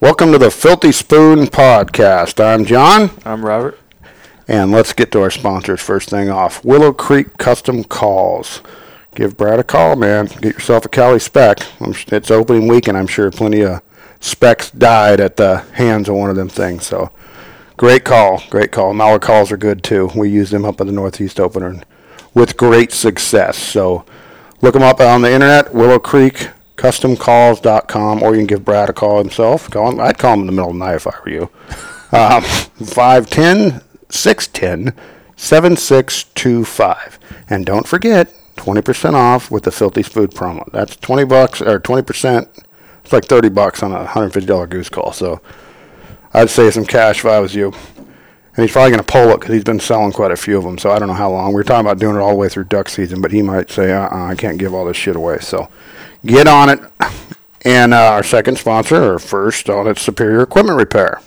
Welcome to the Filthy Spoon Podcast. I'm John, I'm Robert. and let's get to our sponsors first thing off Willow Creek Custom Calls. Give Brad a call, man. Get yourself a Cali spec. I'm sh- It's opening weekend. I'm sure plenty of specs died at the hands of one of them things. So great call. Great call. And our calls are good too. We used them up at the Northeast Opener and- with great success. So look them up on the internet, Willow Creek customcalls.com or you can give brad a call himself call him, i'd call him in the middle of the night if i were you um, 510 610 7625. And don't forget, 20% off with the Filthy Food promo. That's 20 bucks or 20%. It's like 30 bucks on a $150 goose call. So I'd save some cash if I was you. And he's probably going to pull it because he's been selling quite a few of them. So I don't know how long. We were talking about doing it all the way through duck season, but he might say, uh uh I can't give all this shit away. So get on it. And uh, our second sponsor, or first on it, Superior Equipment Repair.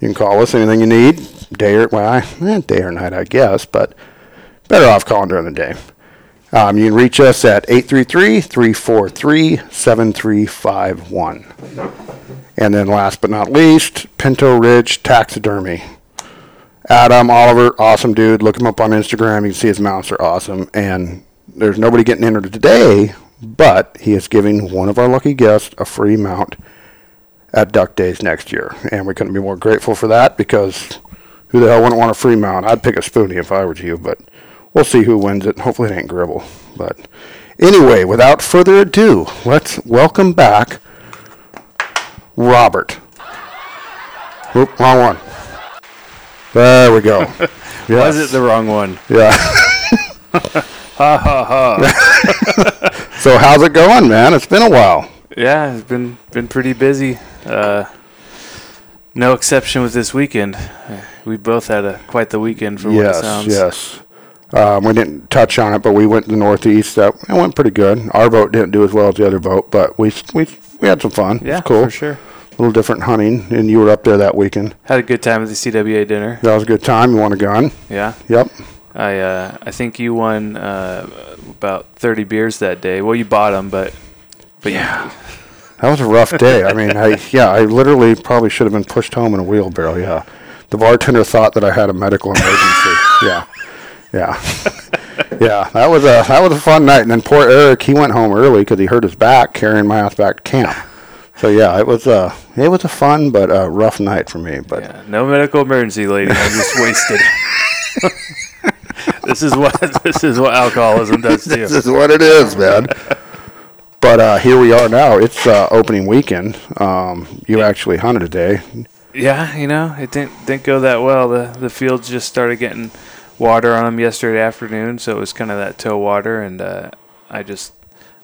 You can call us anything you need, day or well, I- eh, day or night, I guess, but better off calling during the day. Um, you can reach us at 833-343-7351. And then last but not least, Pinto Ridge Taxidermy. Adam Oliver, awesome dude. Look him up on Instagram. You can see his mounts are awesome. And there's nobody getting entered today, but he is giving one of our lucky guests a free mount at Duck Days next year. And we couldn't be more grateful for that because who the hell wouldn't want a free mount? I'd pick a Spoonie if I were you, but we'll see who wins it. Hopefully it ain't Gribble. But anyway, without further ado, let's welcome back Robert. Oop, wrong one. There we go. Yes. Was it the wrong one? Yeah. ha ha ha. so how's it going, man? It's been a while. Yeah, it's been been pretty busy. Uh, no exception with this weekend. Uh, We both had a quite the weekend for what it Yes, sounds. yes. Um, we didn't touch on it, but we went to the Northeast. That it went pretty good. Our vote didn't do as well as the other vote, but we we we had some fun. Yeah, it's cool. for sure. A little different hunting, and you were up there that weekend. Had a good time at the CWA dinner. That was a good time. You won a gun. Yeah, Yep. I uh, I think you won uh, about thirty beers that day. Well, you bought them, but but yeah, That was a rough day. I mean, I yeah, I literally probably should have been pushed home in a wheelbarrow. Yeah, the bartender thought that I had a medical emergency. yeah, yeah, yeah. That was a that was a fun night. And then poor Eric, he went home early because he hurt his back carrying my ass back to camp. So yeah, it was a it was a fun but uh rough night for me. But yeah. no medical emergency, lady. I'm just wasted. this is what this is what alcoholism does to you. this is what it is, man. but uh, here we are now. It's uh, opening weekend. Um, you actually hunted today. Yeah, you know, it didn't didn't go that well. The the fields just started getting water on them yesterday afternoon, so it was kind of that toe water, and uh, I just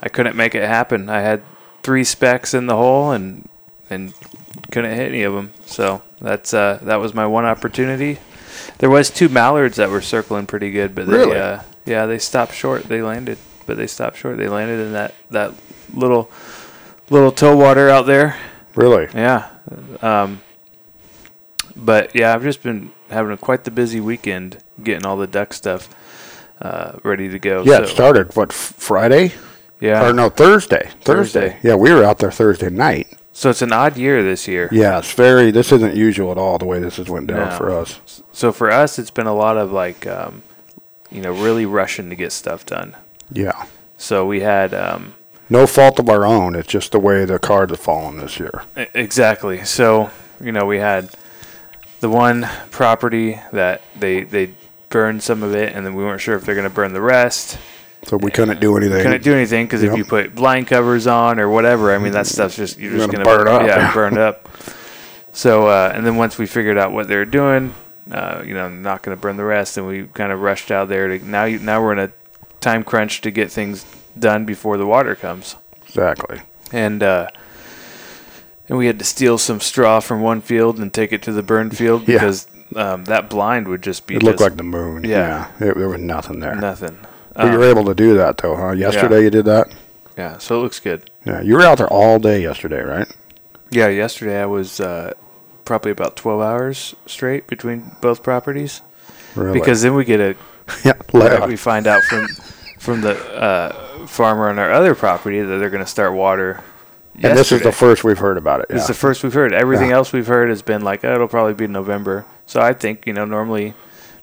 I couldn't make it happen. I had three specs in the hole and and couldn't hit any of them. So that's uh, that was my one opportunity. There was two mallards that were circling pretty good, but they Really? uh, yeah they stopped short. They landed, but they stopped short. They landed in that that little little toe water out there. Really? Yeah. Um, but yeah, I've just been having a quite the busy weekend getting all the duck stuff uh, ready to go. Yeah, so, it started what f- Friday. yeah. Or no, Thursday. Thursday. Thursday. Yeah, we were out there Thursday night. So it's an odd year this year. Yeah, it's very. This isn't usual at all. The way this has went down No. for us. So for us, it's been a lot of like, um, you know, really rushing to get stuff done. Yeah, So we had um, no fault of our own. It's just the way the cards have fallen this year. E- Exactly. So, you know, we had the one property that they they burned some of it, and then we weren't sure if they're going to burn the rest. So we couldn't do anything. Couldn't do anything because Yep. Mm-hmm. if you put blind covers on or whatever, I mean, that stuff's just you're, You're just gonna gonna, burn up. Yeah, burn up. So, uh, and then once we figured out what they were doing, uh, you know, not going to burn the rest, and we kind of rushed out there. To, now, you, now we're in a time crunch to get things done before the water comes exactly. and uh, and we had to steal some straw from one field and take it to the burn field Yeah. because um, that blind would just be It looked just like the moon. yeah. It- there was nothing there. nothing. But you Um, were able to do that though, huh? Yesterday you did that. yeah, so it looks good. Yeah, you were out there all day yesterday, right? Yeah, yesterday I was uh, probably about twelve hours straight between both properties Oh, Really? because then we get a yeah, that la- we find out from from the uh, farmer on our other property that they're going to start water And this is the first we've heard about it. It's Yeah. the first we've heard. Everything Yeah. else we've heard has been like, oh, it'll probably be November. So I think you know normally,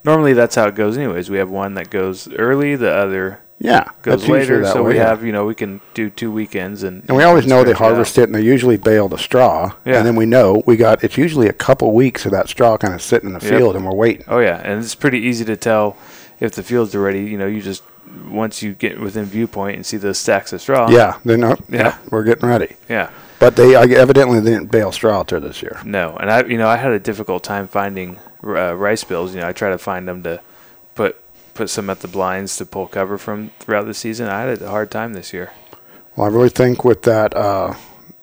normally that's how it goes. Anyways, we have one that goes early, the other yeah. goes that's usually later. that So way, we yeah. have you know we can do two weekends and And we always know they stretch it out. harvest it, and they usually bale the straw. Yeah. And then we know we got it's usually a couple weeks of that straw kind of sitting in the Yep. field, and we're waiting. Oh yeah, and it's pretty easy to tell if the fields are ready. You know, you just once you get within viewpoint and see those stacks of straw. Yeah, they're not. Uh-huh. Yeah. Yeah, we're getting ready. yeah. But they I, evidently they didn't bale straw out there this year. No, and I, you know, I had a difficult time finding uh, rice bills. You know, I try to find them to put put some at the blinds to pull cover from throughout the season. I had a hard time this year. Well, I really think with that uh,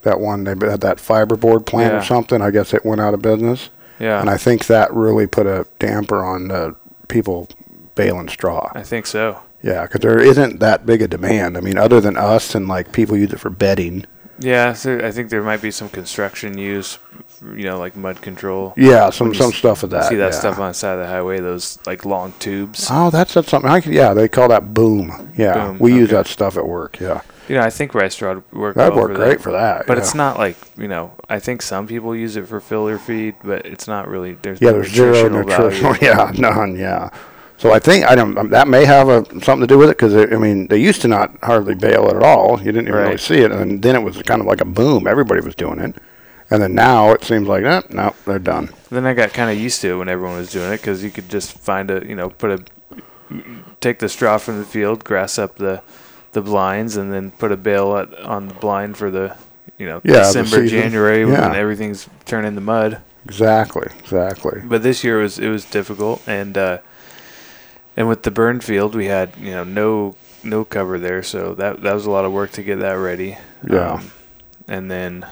that one they had that fiberboard plant Yeah. or something. I guess it went out of business, Yeah, and I think that really put a damper on uh, people baling straw. I think so. Yeah, because there isn't that big a demand. I mean, other than us and like people use it for bedding. Yeah, so I think there might be some construction use. You know, like mud control. Yeah, some When you some s- stuff of that. see that yeah. stuff on the side of the highway. Those like long tubes. Oh, that's, that's something. I could, yeah, they call that boom. Yeah, Boom, we use okay. that stuff at work. Yeah, You know, I think rice straw would work. that'd well work for great that. for that. But yeah. it's not like you know. I think some people use it for filler feed, but it's not really. There's Yeah, no there's zero value. nutritional. Yeah, none. Yeah. So I think I don't. um, That may have a, something to do with it because I mean they used to not hardly bail it at all. You didn't even really Right. see it, and then it was kind of like a boom. Everybody was doing it, and then now it seems like eh, no, they're done. Then I got kind of used to it when everyone was doing it because you could just find a you know put a take the straw from the field, grass up the the blinds, and then put a bale at, on the blind for the you know Yeah, the December season. January Yeah. when everything's turning to mud. Exactly. Exactly. But this year was it was difficult and uh, and with the burn field we had you know no no cover there, so that that was a lot of work to get that ready. Um, Yeah. and then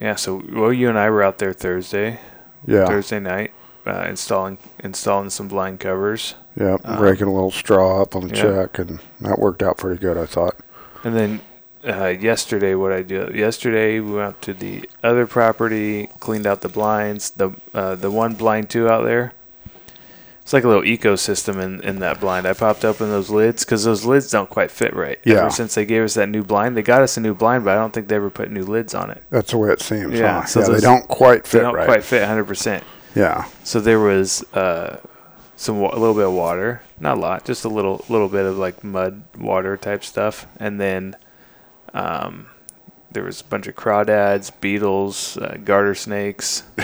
yeah, so well you and I were out there Thursday. Yeah. Thursday night, uh, installing installing some blind covers, yeah. uh, raking a little straw up on the yeah. check, and that worked out pretty good. I thought. and then uh, yesterday what I do yesterday we went to the other property, cleaned out the blinds, the uh, the one blind two out there. It's like a little ecosystem in, in that blind. I popped open those lids because those lids don't quite fit right. Yeah. Ever since they gave us that new blind, they got us a new blind, but I don't think they ever put new lids on it. That's the way it seems. Yeah, Huh? so yeah. They those- don't quite They fit don't right. quite fit 100 percent. Yeah. So there was uh, some wa- a little bit of water, not a lot, just a little little bit of like mud water type stuff, and then um, there was a bunch of crawdads, beetles, uh, garter snakes.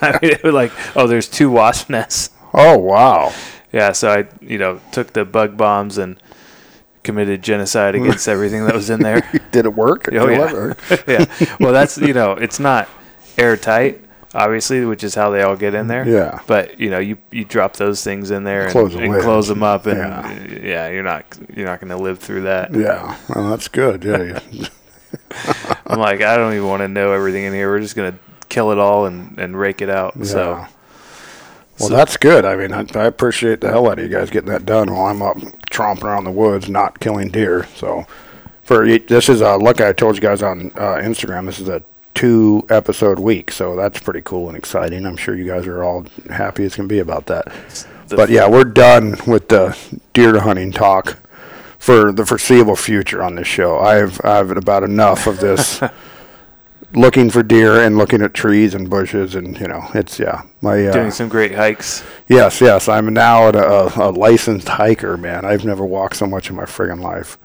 I mean, it was like oh, there's two wasp nests. Oh wow. Yeah, so I you know took the bug bombs and committed genocide against everything that was in there. Did it work? Did Oh, it yeah. work? yeah, well that's you know it's not airtight, obviously, which is how they all get in there. Yeah. But you know, you you drop those things in there and Close close, the and lid. close them up, and Yeah. yeah. you're not you're not going to live through that. Yeah, well, that's good. Yeah, yeah. I'm like, I don't even want to know everything in here. We're just going to kill it all and and rake it out. So Yeah. well, that's good. I mean, I, I appreciate the hell out of you guys getting that done while I'm up tromping around the woods, not killing deer. So, for y- this is uh, like I told you guys on uh, Instagram, this is a two episode week, so that's pretty cool and exciting. I'm sure you guys are all happy as can be about that. the- but yeah, we're done with the deer hunting talk for the foreseeable future on this show. I've I've had about enough of this looking for deer and looking at trees and bushes and you know it's yeah my uh, doing some great hikes. yes yes I'm now a, a, a licensed hiker man. I've never walked so much in my friggin' life.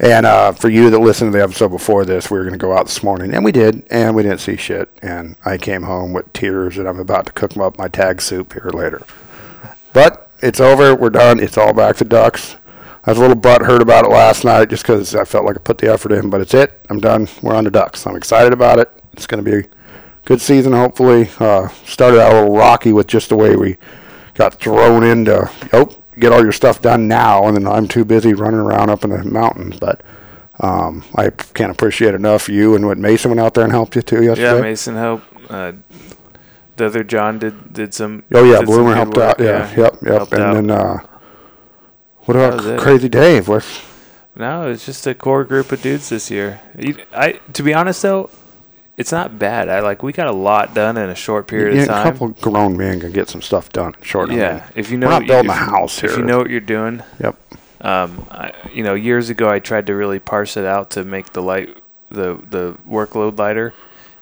And uh, for you that listened to the episode before this, we were going to go out this morning, and we did, and we didn't see shit. And I came home with tears, and I'm about to cook up my tag soup here later. But it's over. We're done. It's all back to ducks. I was a little butthurt about it last night just because I felt like I put the effort in, but it's it. I'm done. We're on to ducks. I'm excited about it. It's going to be a good season, hopefully. Uh, started out a little rocky with just the way we got thrown into, oh, get all your stuff done now, and then I'm too busy running around up in the mountains. But um, I can't appreciate enough you and what Mason went out there and helped you too yesterday. Yeah, Mason Hope. Uh, the other John did did some. Oh yeah, did some Bloomer good helped out. work. Yeah, yep, yep. helped And out. then uh, what That about was it. Crazy Dave? What's No, it's just a core group of dudes this year. You- I to be honest though, it's not bad. I like we got a lot done in a short period yeah, of a time. couple grown men can get some stuff done in short. order. yeah, if you know We're not what building a you, house If here. you know what you're doing, Yep. um, I, you know, years ago I tried to really parse it out to make the light the the workload lighter,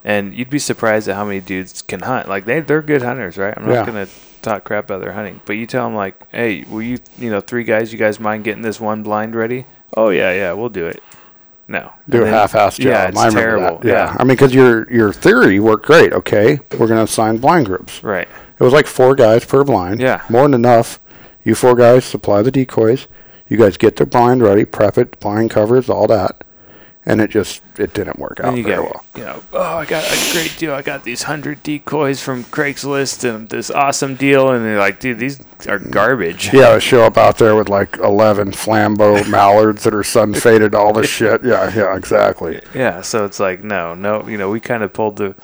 and you'd be surprised at how many dudes can hunt. Like they they're good hunters, right? I'm not Yeah. gonna talk crap about their hunting, but you tell them like, hey, will you you know three guys? You guys mind getting this one blind ready? Oh yeah, yeah, we'll do it. No, do And a then- half-ass job. Yeah, it's I remember terrible. that. Yeah. I mean, because your your theory worked great. Okay, we're gonna assign blind groups. right. It was like four guys per blind. Yeah. more than enough. You four guys supply the decoys. You guys get the blind ready, prep it, blind covers, all that, and it just it didn't work out And you very get, well. you know, oh, I got a great deal. I got these hundred decoys from Craigslist and this awesome deal, and they're like, dude, these are garbage. Yeah, I show up out there with like eleven flambeau mallards that are sun faded, all this shit. Yeah, yeah, exactly. Yeah, so it's like, no, no, you know, we kind of pulled the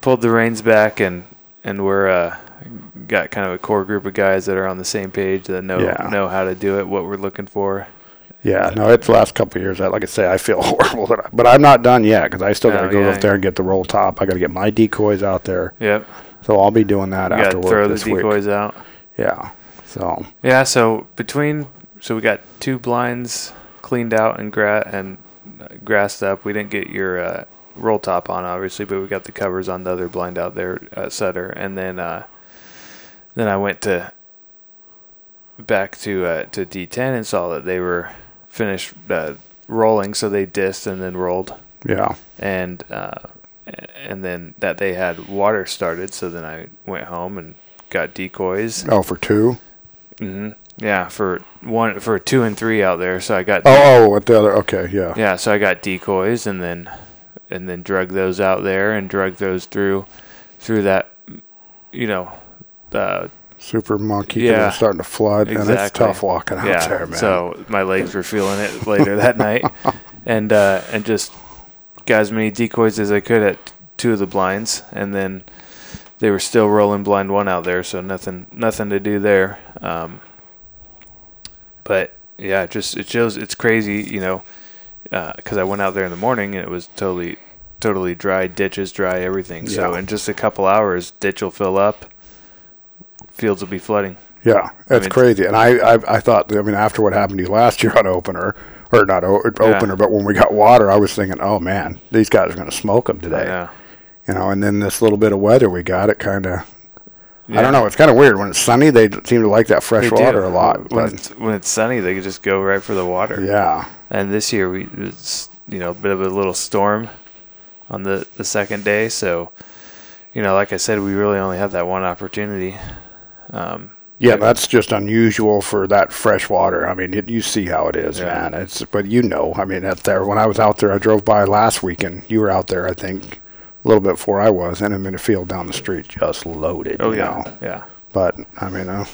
pulled the reins back, and and we're uh, got kind of a core group of guys that are on the same page that know Yeah. know how to do it, what we're looking for. Yeah, no, it's the last couple of years. I, like I say, I feel horrible, that I, but I'm not done yet because I still got to Oh, go yeah. up there and get the roll top. I got to get my decoys out there, Yep, so I'll be doing that you got after to work throw the this week. decoys out. Yeah, so Yeah, so between so we got two blinds cleaned out and gra- and uh, grassed up. We didn't get your uh, roll top on obviously, but we got the covers on the other blind out there uh, setter, and then uh, then I went to back to uh, to D10 and saw that they were finished uh, rolling, so they dissed and then rolled yeah, and uh, and then that they had water started. So then I went home and got decoys. oh for two. Mm-hmm. Yeah, for one for two and three out there. So I got Oh, oh, with the other. Okay, yeah, yeah, so I got decoys and then and then drug those out there and drug those through through that you know uh, super monkey. Yeah. Yeah, starting to flood, and it's Exactly. tough walking out yeah. there, man. So my legs were feeling it later that night, and uh, and just got as many decoys as I could at two of the blinds, and then they were still rolling blind one out there, so nothing nothing to do there. Um, but yeah, it just it shows it's crazy, you know, because I went out there in the morning and it was totally totally dry ditches, dry everything. So Yeah. in just a couple hours, ditch will fill up, fields will be flooding. Yeah, that's mean- crazy. And I, I, I thought, I mean, after what happened to you last year on opener, or not o- Yeah. opener, but when we got water, I was thinking, oh man, these guys are going to smoke them today. Yeah. You know, and then this little bit of weather we got, it kind of, I Yeah. don't know, it's kind of weird. When it's sunny, they d- seem to like that fresh They do. water a lot. When But it's, when it's sunny, they could just go right for the water. yeah, And this year we, it's, you know, a bit of a little storm on the the second day. So, you know, like I said, we really only had that one opportunity. Um, yeah, that's just unusual for that fresh water. I mean, it, you see how it is, Yeah. man. It's but you know, I mean, out there when I was out there, I drove by last weekend. You were out there, I think, a little bit before I was, and I'm in a field down the street, just loaded. oh you yeah, know? yeah. But I mean, uh,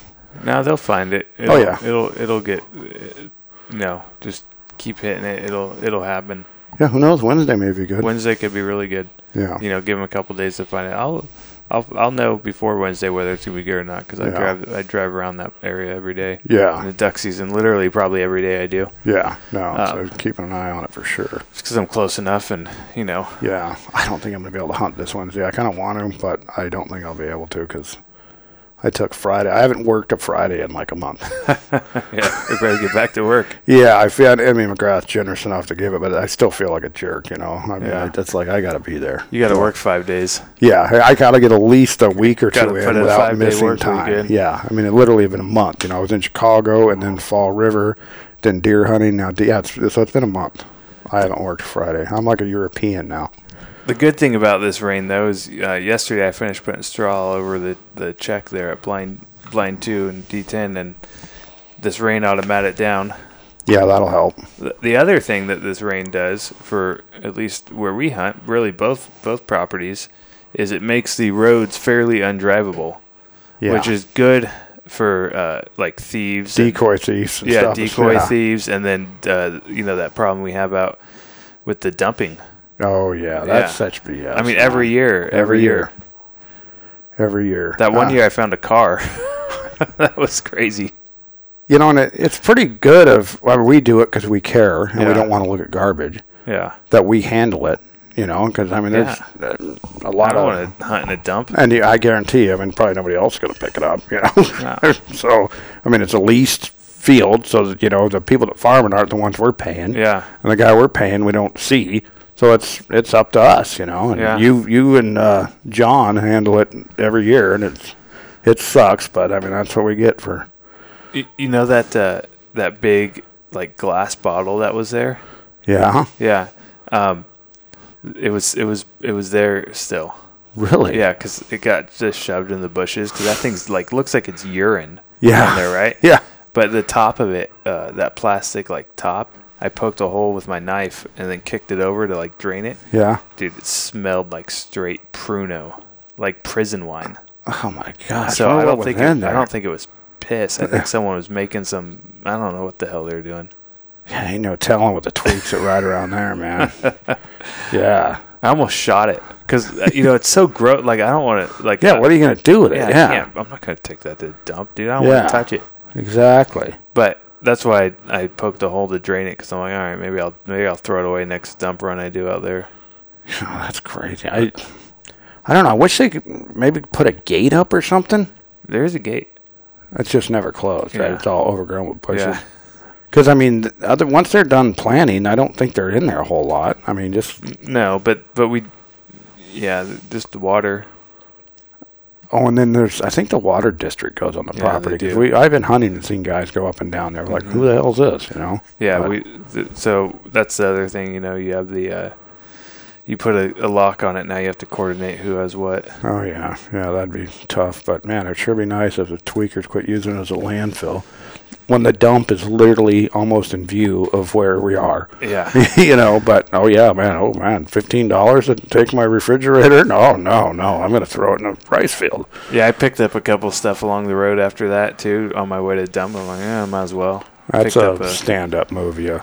Now they'll find it. Oh, It'll, yeah. it'll it'll get. uh, No, just keep hitting it. It'll it'll happen. yeah, who knows? Wednesday may be good. Wednesday could be really good. yeah, you know, give them a couple days to find out. I'll, I'll, I'll know before Wednesday whether it's gonna be good or not because I Yeah. drive, I drive around that area every day. In yeah, the duck season, literally, probably every day I do, yeah. No, Um, so keeping an eye on it for sure. because I'm close enough, and you know, Yeah, I don't think I'm gonna be able to hunt this Wednesday. I kind of want to, but I don't think I'll be able to because I took Friday. I haven't worked a Friday in like a month. yeah, we better get back to work. yeah, I feel. I mean, McGrath's generous enough to give it, but I still feel like a jerk. You know, I mean, Yeah. I, that's like I gotta be there. You got to work five days. Yeah, I- I gotta get at least a week or Gotta two put in in a without five-day missing work time. weekend. Yeah, I mean, it literally been a month. You know, I was in Chicago and then Fall River, then deer hunting. Now, de- yeah, it's, so it's been a month. I haven't worked Friday. I'm like a European now. The good thing about this rain, though, is uh, yesterday I finished putting straw all over the, the check there at blind blind two and D10, and this rain automatic down. Yeah, that'll help. The- The other thing that this rain does for at least where we hunt, really both both properties, is it makes the roads fairly undrivable, Yeah, which is good for uh, like thieves, and- decoy thieves. And yeah, stuff. decoy Yeah. thieves, and then uh, you know that problem we have out with the dumping. Oh yeah, that's such BS. I man. mean, every year, every, year. every year. That one Uh, year I found a car. that was crazy. you know, and it, it's pretty good. Of well, we do it because we care and we Yeah. don't want to look at garbage. Yeah, That we handle it. You know, because I mean, there's uh, a I lot don't of want to hunt in a dump. And you- I guarantee, I mean, probably nobody else is going to pick it up, you know. No. so, I mean, it's the least field so that you know the people that farm it aren't the ones we're paying. Yeah. And the guy we're paying we don't see. So it's it's up to us, you know. And Yeah. you you and uh, John handle it every year and it's it sucks, but I mean that's what we get for You, you know that uh, that big like glass bottle that was there. yeah. Yeah. Um, it was it was it was there still. Really? Yeah, because it got just shoved in the bushes. Because that thing's like looks like it's urine. Yeah. down there, right? Yeah. But the top of it, uh, that plastic like top, I poked a hole with my knife and then kicked it over to like drain it. Yeah. Dude, it smelled like straight pruno, like prison wine. Oh my gosh. so what I don't was think in it, there? I don't think it was piss. I think someone was making some. I don't know what the hell they were doing. Yeah, ain't no telling what the tweaks are right around there, man. yeah. I almost shot it because uh, you know it's so gross. Like I don't want to. Like uh, Yeah, what are you gonna do with it? yeah, I Yeah. can't- I'm not gonna take that to the dump, dude. I don't Yeah. want to touch it. Exactly. But that's why I, I poked a hole to drain it because I'm like, all right, maybe I'll maybe I'll throw it away next dump run I do out there. Oh, that's crazy. I I don't know. I wish they could maybe put a gate up or something. There's a gate. It's just never closed. Right? Yeah. It's all overgrown with bushes. Yeah. Because I mean, th- other once they're done planning, I don't think they're in there a whole lot. I mean, just No, but but we, yeah, th- just the water. oh, and then there's I think the water district goes on the Yeah, they property. 'cause do. Mm-hmm. we I've been hunting and seen guys go up and down there like, who the hell's this? You know? Yeah, But- we. Th- Uh, so that's the other thing. You know, you have the, uh, you put a, a lock on it. Now you have to coordinate who has what. Oh yeah, yeah, that'd be tough. But man, it'd sure be nice if the tweakers quit using it as a landfill when the dump is literally almost in view of where we are. Yeah. you know, but oh yeah, man, oh man, fifteen dollars to take my refrigerator? No, no, no, I'm gonna throw it in a rice field. yeah, I picked up a couple stuff along the road after that too. On my way to dump, I'm like, yeah, I might as well. That's Picked up a a- stand-up move, yeah.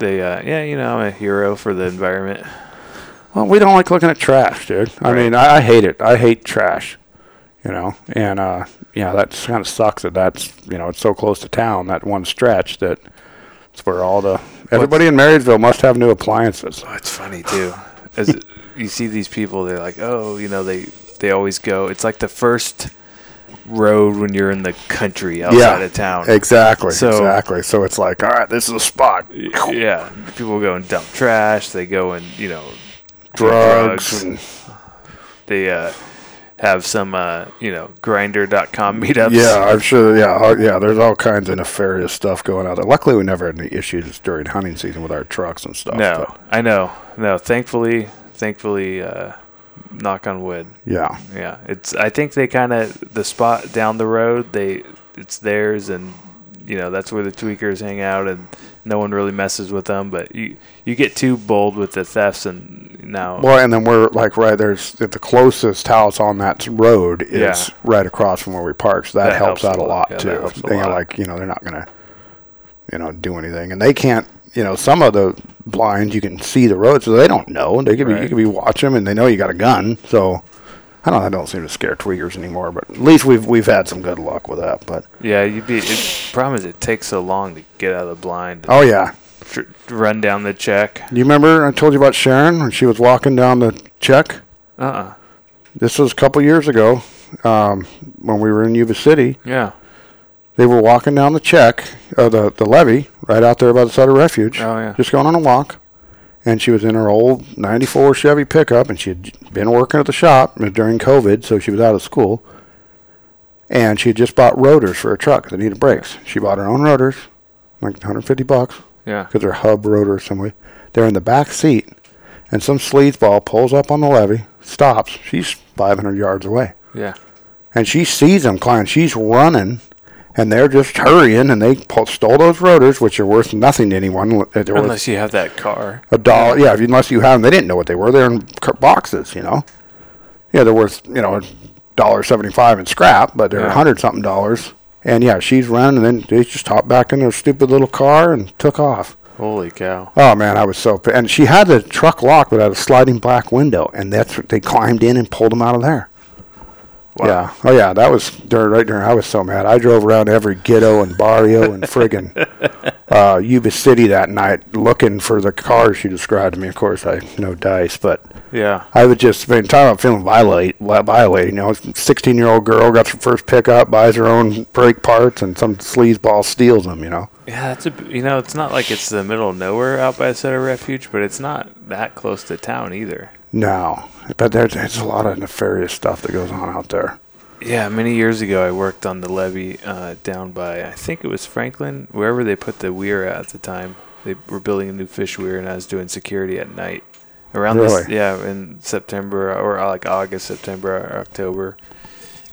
They, uh, yeah, you know, I'm a hero for the environment. Well, we don't like looking at trash, dude. I Right. mean, I, I hate it. I hate trash. You know, and uh, yeah, that kind of sucks that that's you know it's so close to town that one stretch that it's where all the everybody in Marysville must have new appliances. Oh, it's funny too. As you see these people, they're like, oh, you know, they they always go. It's like the first road when you're in the country outside of town. Exactly, So- exactly. So it's like, all right, this is a spot. Yeah, people go and dump trash. They go and you know, do Drugs. and- They uh, have some uh, you know grinder.com meetups. yeah, I'm sure. Yeah, all- yeah. There's all kinds of nefarious stuff going on. there. Luckily, we never had any issues during hunting season with our trucks and stuff. No, but I know. No, thankfully, thankfully, uh, knock on wood. yeah, Yeah, it's. I think they kind of the spot down the road. They it's theirs, and you know that's where the tweakers hang out, and no one really messes with them. But you you get too bold with the thefts, and now Well, and then we're like right there's the closest house on that road is Yeah. right across from where we park, so that, That helps, out a lot, yeah, too. that helps a They are lot. like you know they're not gonna you know do anything, and they can't you know some of the blinds you can see the road, so they don't know. They could be you Right. could be watching 'em and they know you got a gun, so. I don't. I don't seem to scare tweakers anymore, but at least we've we've had some good luck with that. But yeah, you'd be. It, problem is, it takes so long to get out of the blind, oh yeah, tr- run down the check. you remember I told you about Sharon when she was walking down the check. Uh uh This was a couple years ago um, when we were in Yuba City. Yeah. they were walking down the check, uh, the the levee, right out there by the Sutter Refuge. Oh, yeah. Just going on a walk, and she was in her old '94 Chevy pickup, and she had been working at the shop during COVID, so she was out of school. And she had just bought rotors for her truck. They needed brakes. She bought her own rotors, like 150 bucks, Yeah. because they're hub rotor or some way. They're in the back seat, and some sleazeball pulls up on the levee, stops. She's 500 yards away Yeah. and she sees them climbing. She's running, and they're just hurrying, and they pull, stole those rotors, which are worth nothing to anyone. uh, They're worth Unless you have that car. a dollar, yeah. if- Unless you have them, they didn't know what they were. They're in c- boxes, you know. Yeah, they're worth you know dollar seventy-five in scrap, but they're a Yeah. hundred something dollars. And yeah, she's running, and then they just hopped back in their stupid little car and took off. Holy cow. Oh man, I was so p- and she had the truck locked, but had a sliding black window, and that's what they climbed in and pulled them out of there. Wow. Yeah. Oh yeah, that was during right during. I was so mad. I drove around every ghetto and barrio and friggin' uh, Yuba City that night looking for the cars you described to me. Of course, I no dice, but Yeah. I was just I mean, talking about feeling violate li- violated. You know, sixteen year old girl got her first pickup, buys her own brake parts, and some sleazeball steals them. You know. Yeah, that's a b- you know, it's not like it's the middle of nowhere out by Center Refuge, but it's not that close to town either. No, but there's, there's a lot of nefarious stuff that goes on out there. Yeah, many years ago, I worked on the levee uh, down by I think it was Franklin, wherever they put the weir at, at the time. They were building a new fish weir, and I was doing security at night around this. Really? Yeah, in September or uh, like August, September, or October,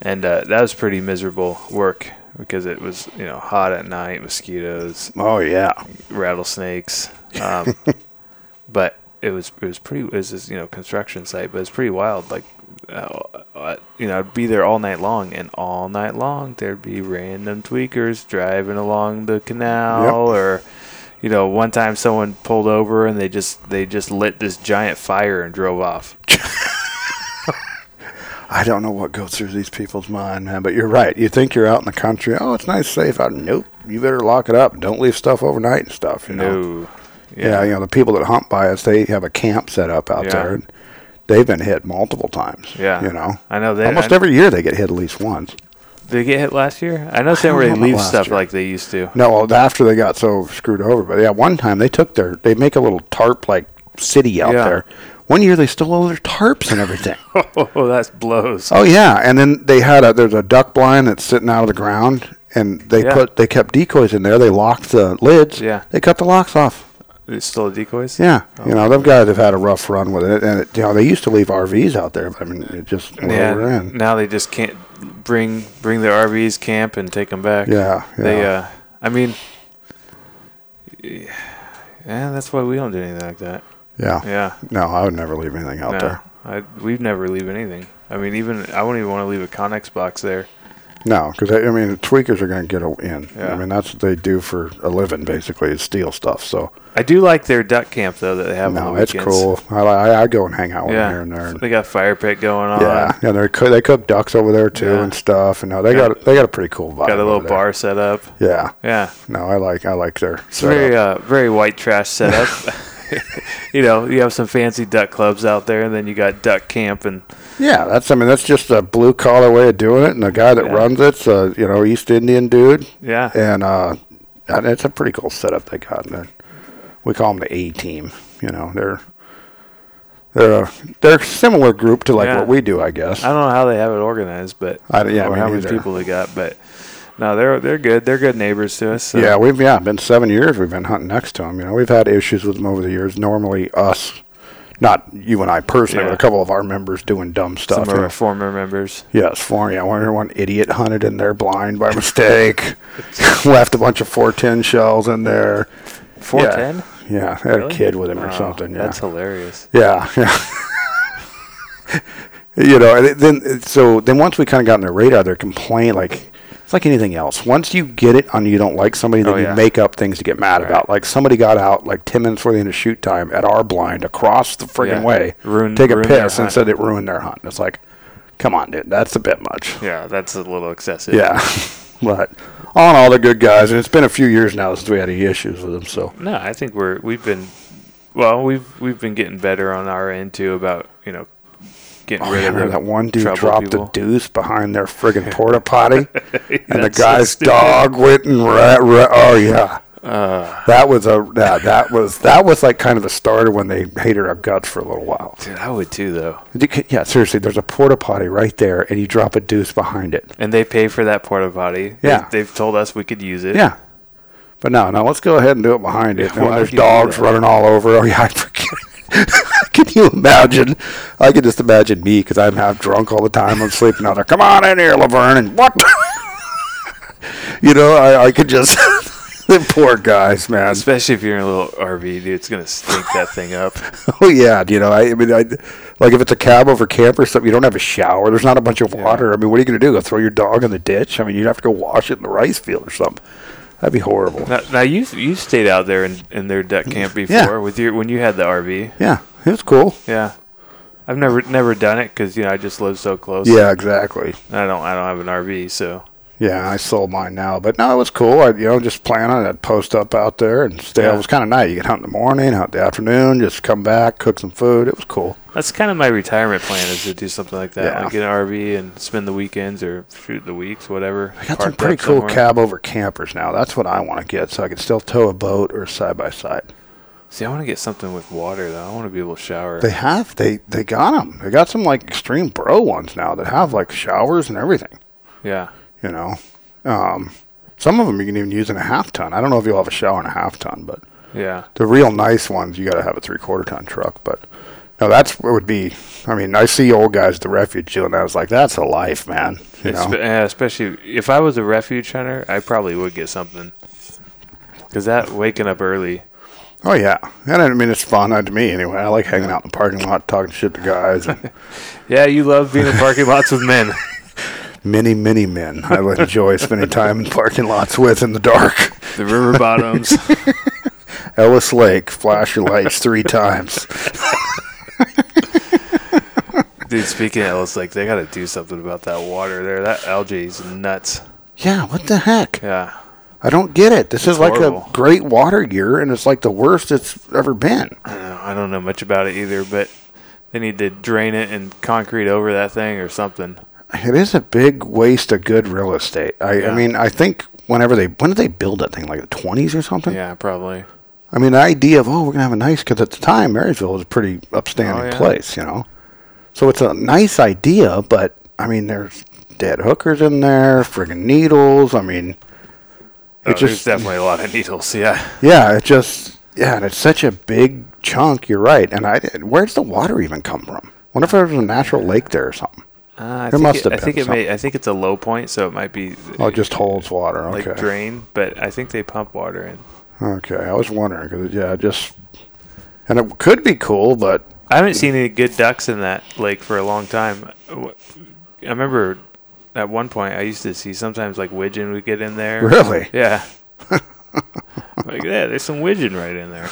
and uh, that was pretty miserable work because it was you know hot at night, mosquitoes, Oh yeah, rattlesnakes. Um, but it was it was pretty it was this you know construction site, but it's pretty wild. Like, uh, uh, you know, I'd be there all night long, and all night long there'd be random tweakers driving along the canal, Yep. or you know, one time someone pulled over and they just they just lit this giant fire and drove off. I don't know what goes through these people's mind, man, but you're right. You think you're out in the country. Oh, it's nice, safe out. Nope. You better lock it up. Don't leave stuff overnight and stuff. You know. No, Yeah. you know the people that hunt by us, they have a camp set up out Yeah. there. And they've been hit multiple times. Yeah. You know. I know they Almost I- every year they get hit at least once. did they get hit last year. I know San don't Maria know about leaves last stuff year. like they used to. No, well, after they got so screwed over. But yeah, one time they took their they make a little tarp like city out Yeah. there. One year they stole all their tarps and everything. Oh, that blows. Oh yeah, and then they had a there's a duck blind that's sitting out of the ground, and they Yeah. put they kept decoys in there. They locked the lids. Yeah. Oh. they cut the locks off. They stole decoys. Yeah, you know them guys have had a rough run with it, and it, you know they used to leave RVs out there. But I mean, it just where yeah, they were in. now they just can't bring bring their RVs camp and take them back. Yeah, they. yeah. Uh, I mean, yeah, that's why we don't do anything like that. Yeah. Yeah, no, I would never leave anything out no, there. I we'd never leave anything. I mean, even I wouldn't even want to leave a Connex box there. No, because I, I mean the tweakers are going to get a- in. Yeah. I mean that's what they do for a living basically is steal stuff. So I do like their duck camp though that they have. on no, the it's weekends. cool. I, I I go and hang out with them Yeah, here and there. and- they got fire pit going on. Yeah, yeah, Uh, they cook they cook ducks over there too Yeah. and stuff. And no, they Yeah. got they got a pretty cool vibe. got a little over there. bar set up. Yeah, Yeah, no, I like I like their It's very setup. uh, very white trash setup. you know, you have some fancy duck clubs out there, and then you got duck camp, and yeah. That's I mean that's just a blue collar way of doing it. And the guy that Yeah. runs it's a you know East Indian dude, yeah, and uh, and it's a pretty cool setup they got. And they're- we call them the A team. You know they're they're a, they're a similar group to like Yeah. what we do, I guess. I don't know how they have it organized, but I don't- yeah, or me how many neither. people they got, but no, they're they're good. They're good neighbors to us. so- Yeah, we've yeah been seven years we've been hunting next to them. You know, we've had issues with them over the years. Normally, us, not you and I personally, Yeah. but a couple of our members doing dumb some stuff. of you know. our former members. Yes, for yeah, one one idiot hunted in there blind by mistake, left a bunch of four ten shells in there. Four ten. Yeah, had a kid with him or something. Yeah, That's hilarious. yeah, yeah. you know, and it- then so then once we kind of got on their radar, their complaint like it's like anything else. Once you get it on you don't like somebody, then Oh, yeah. you make up things to get mad Right. about. Like somebody got out like ten minutes before the end of shoot time at our blind across the friggin' Yeah. way, Ruined- take a ruined their piss and hunt. said it ruined their hunt. It's like, come on, dude, that's a bit much. Yeah, that's a little excessive. Yeah, but all in all, they're good guys, and it's been a few years now since we had any issues with them. So No, I think we're we've been well, we've we've been getting better on our end too about you know getting Oh, rid yeah, of remember the that one dude trouble dropped people. a deuce behind their friggin' porta potty, and the That's so guy's stupid. dog went and rat, Oh yeah, that was a yeah, that was that was like kind of a starter when they hated our guts for a little while. Dude, I would too though. You ca- Yeah, seriously, there's a porta potty right there, and you drop a deuce behind it. And they pay for that porta potty. Yeah. They, have told us we could use it. Yeah, but no, no, let's go ahead and do it behind it. Yeah, when why there's would you do dogs that? running all over. Oh yeah, I forget. Can you imagine? I can just imagine me because I'm half drunk all the time. I'm sleeping out there. Come on in here, Laverne, and what? you know, I, I could just. the poor guys, man. Especially if you're in a little RV, dude, it's gonna stink that thing up. Oh yeah, you know, I, I mean, I, like if it's a cab over camp or something, you don't have a shower. There's not a bunch of water. I mean, what are you gonna do? Go throw your dog in the ditch? I mean, you'd have to go wash it in the rice field or something. That'd be horrible. Now, now you you stayed out there in, in their duck camp before Yeah. with your when you had the RV. Yeah, it was cool. Yeah, I've never never done it because you know I just live so close. Yeah, exactly. I don't I don't have an RV, so Yeah, I sold mine now, but no, it was cool. I, you know, just plan on it. I'd post up out there and stay. Yeah. It was kind of nice. You could hunt in the morning, hunt in the afternoon, just come back, cook some food. It was cool. that's kind of my retirement plan is to do something like that, Yeah. like get an RV and spend the weekends or shoot the weeks, whatever. I got Parked some up pretty cool somewhere. cab over campers now. That's what I want to get, so I can still tow a boat or side by side. See, I want to get something with water though. I want to be able to shower. They have they they got them. They got some like extreme bro ones now that have like showers and everything. yeah, You know, um, some of them you can even use in a half ton. I don't know if you'll have a shower in a half ton, but yeah. the real nice ones you got to have a three quarter ton truck. But no, that's what would be. I mean, I see old guys at the refuge doing that. I was like, that's a life, man. You know, Espe- yeah, especially if I was a refuge hunter, I probably would get something. Cause that waking up early, Oh yeah, and I mean it's fun uh, to me anyway. I like hanging out in the parking lot, talking shit to guys, and yeah, you love being in parking lots with men. many, many men. I would enjoy spending time in parking lots with in the dark. The river bottoms. Ellis Lake, flash your lights three times. Dude, speaking of Ellis Lake, they got to do something about that water there. That algae is nuts. Yeah, what the heck? Yeah. I don't get it. This is like horrible. a great water year, and it's like the worst it's ever been. I don't, know, I don't know much about it either, but they need to drain it and concrete over that thing or something. It is a big waste of good real estate. I, Yeah. I mean, I think whenever they when did they build that thing like the twenties or something? Yeah, probably. I mean, the idea of oh, we're gonna have a nice because at the time Marysville was a pretty upstanding Oh, yeah. place, you know. So it's a nice idea, but I mean, there's dead hookers in there, friggin' needles. I mean, Oh, it there's just definitely a lot of needles. Yeah. yeah, it just yeah, and it's such a big chunk. You're right, and I where's the water even come from? Wonder if there was a natural lake there or something. Uh, I There think must it, have I been think it may. I think it's a low point, so it might be Oh, it just holds water. like Okay, drain. But I think they pump water in. okay. I was wondering because yeah, it just and it could be cool, but I haven't seen any good ducks in that lake for a long time. I remember at one point I used to see sometimes like widgeon would get in there. Really? Yeah. like yeah, there's some widgeon right in there.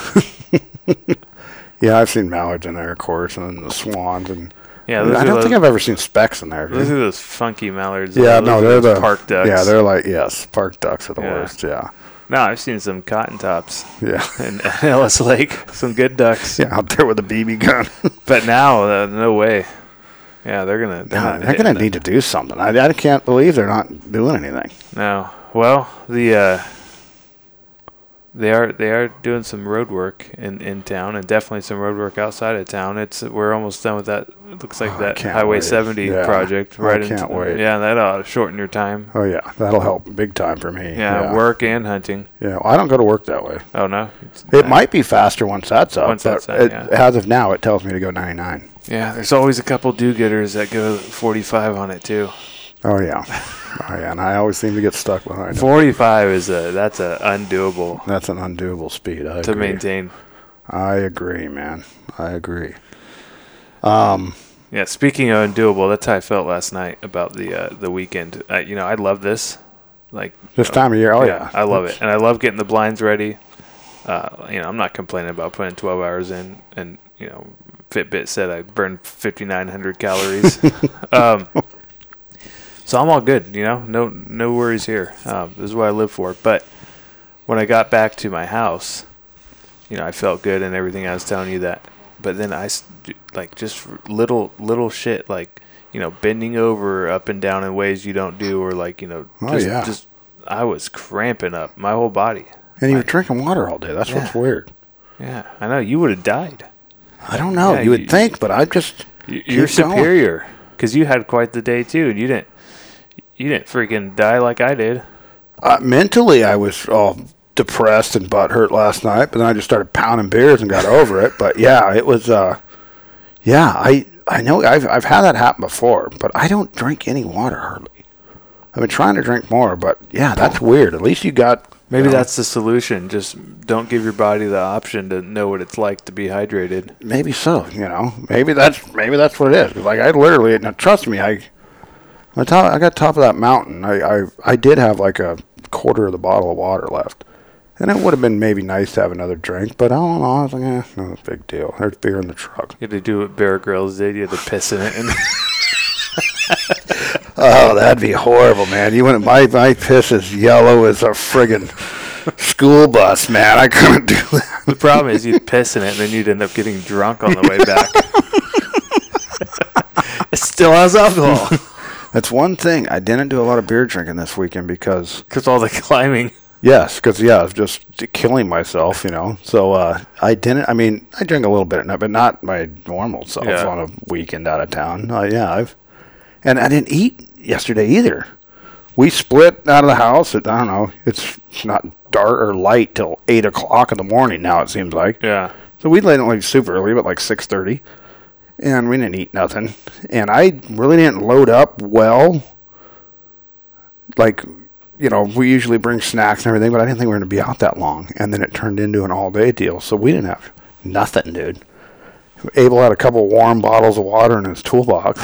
yeah, I've seen mallards in there, of course, and then the swans and. Yeah, I those, don't are, those, think I've ever seen specks in there. have you? those are those funky mallards. yeah, Those no, are they're those the park ducks. Yeah, they're like yes, park ducks are the Yeah. worst. Yeah, no, I've seen some cotton tops yeah, in Ellis Lake. Some good ducks. yeah, out there with a BB gun. But now, uh, no way. Yeah, they're gonna. They're, God, not they're hitting gonna it. need to do something. I, I can't believe they're not doing anything. No. Well, the uh, they are they are doing some road work in, in town, and definitely some road work outside of town. It's we're almost done with that. It looks like Oh, I that can't Highway wait. 70 Yeah. project. I Right. can't wait. Yeah, that ought to shorten your time. Oh yeah, that'll help big time for me. Yeah, work and hunting. Yeah, well, I don't go to work that way. Oh no. It might be faster once that's up. Once but that's up, it- yeah. as of now, it tells me to go 99. Yeah, there's always a couple do-getters that go 45 on it too. Oh yeah, oh yeah, and I always seem to get stuck behind. it. 45 is a that's a undoable That's an undoable speed. I to agree. maintain. I agree, man. I agree. Um, Yeah, speaking of undoable, that's how I felt last night about the uh, the weekend. Uh, you know, I love this. Like, This time of year, oh yeah, I love it, and I love getting the blinds ready. Uh, you know, I'm not complaining about putting 12 hours in, and you know, Fitbit said I burned 5,900 calories. um, so I'm all good. You know, no no worries here. Um, this is what I live for. But when I got back to my house, you know, I felt good and everything. I was telling you that, but then I s- like just little little shit like you know bending over up and down in ways you don't do, or like you know Oh, just, yeah. just I was cramping up my whole body. And you were drinking water all day. That's what's Yeah. weird. Yeah, I know you would have died. I don't know. Yeah, you would you- think, but I just Y- You're Keep going. superior because you had quite the day too, and you didn't. You didn't freaking die like I did. uh, mentally I was all depressed and butthurt last night. But then I just started pounding beers and got over it. But yeah, it was. uh Yeah, I I know I've I've had that happen before, but I don't drink any water hardly. I've been trying to drink more, but yeah, that's weird. At least you got Maybe you know, that's the solution. Just don't give your body the option to know what it's like to be hydrated. maybe so. You know, maybe that's maybe that's what it is. Like I literally, now trust me, I I, top, I got top of that mountain. I, I I did have like a quarter of the bottle of water left, And it would have been maybe nice to have another drink, but I don't know. I was like, eh, no big deal. There's beer in the truck. You had to do what Bear Grylls did. You had to piss in it. And Oh, that'd be horrible, man. You wouldn't. My my piss is yellow as a friggin' school bus, man. I couldn't do that. the problem is you'd piss in it, and then you'd end up getting drunk on the way back. it still has alcohol That's one thing. I didn't do a lot of beer drinking this weekend because because all the climbing. yes, because yeah, I was just killing myself, you know. So uh, I didn't. I mean, I drink a little bit, not- but not my normal self Yeah. on a weekend out of town. Uh, yeah, I've and I didn't eat yesterday either. We split out of the house. At, I don't know. It's not dark or light till eight o'clock in the morning now. It seems like. Yeah. So we didn't leave super early, but like six thirty, and we didn't eat nothing. And I really didn't load up well. Like, you know, we usually bring snacks and everything, but I didn't think we were going to be out that long. And then it turned into an all-day deal, so we didn't have nothing, dude. Abel had a couple warm bottles of water in his toolbox,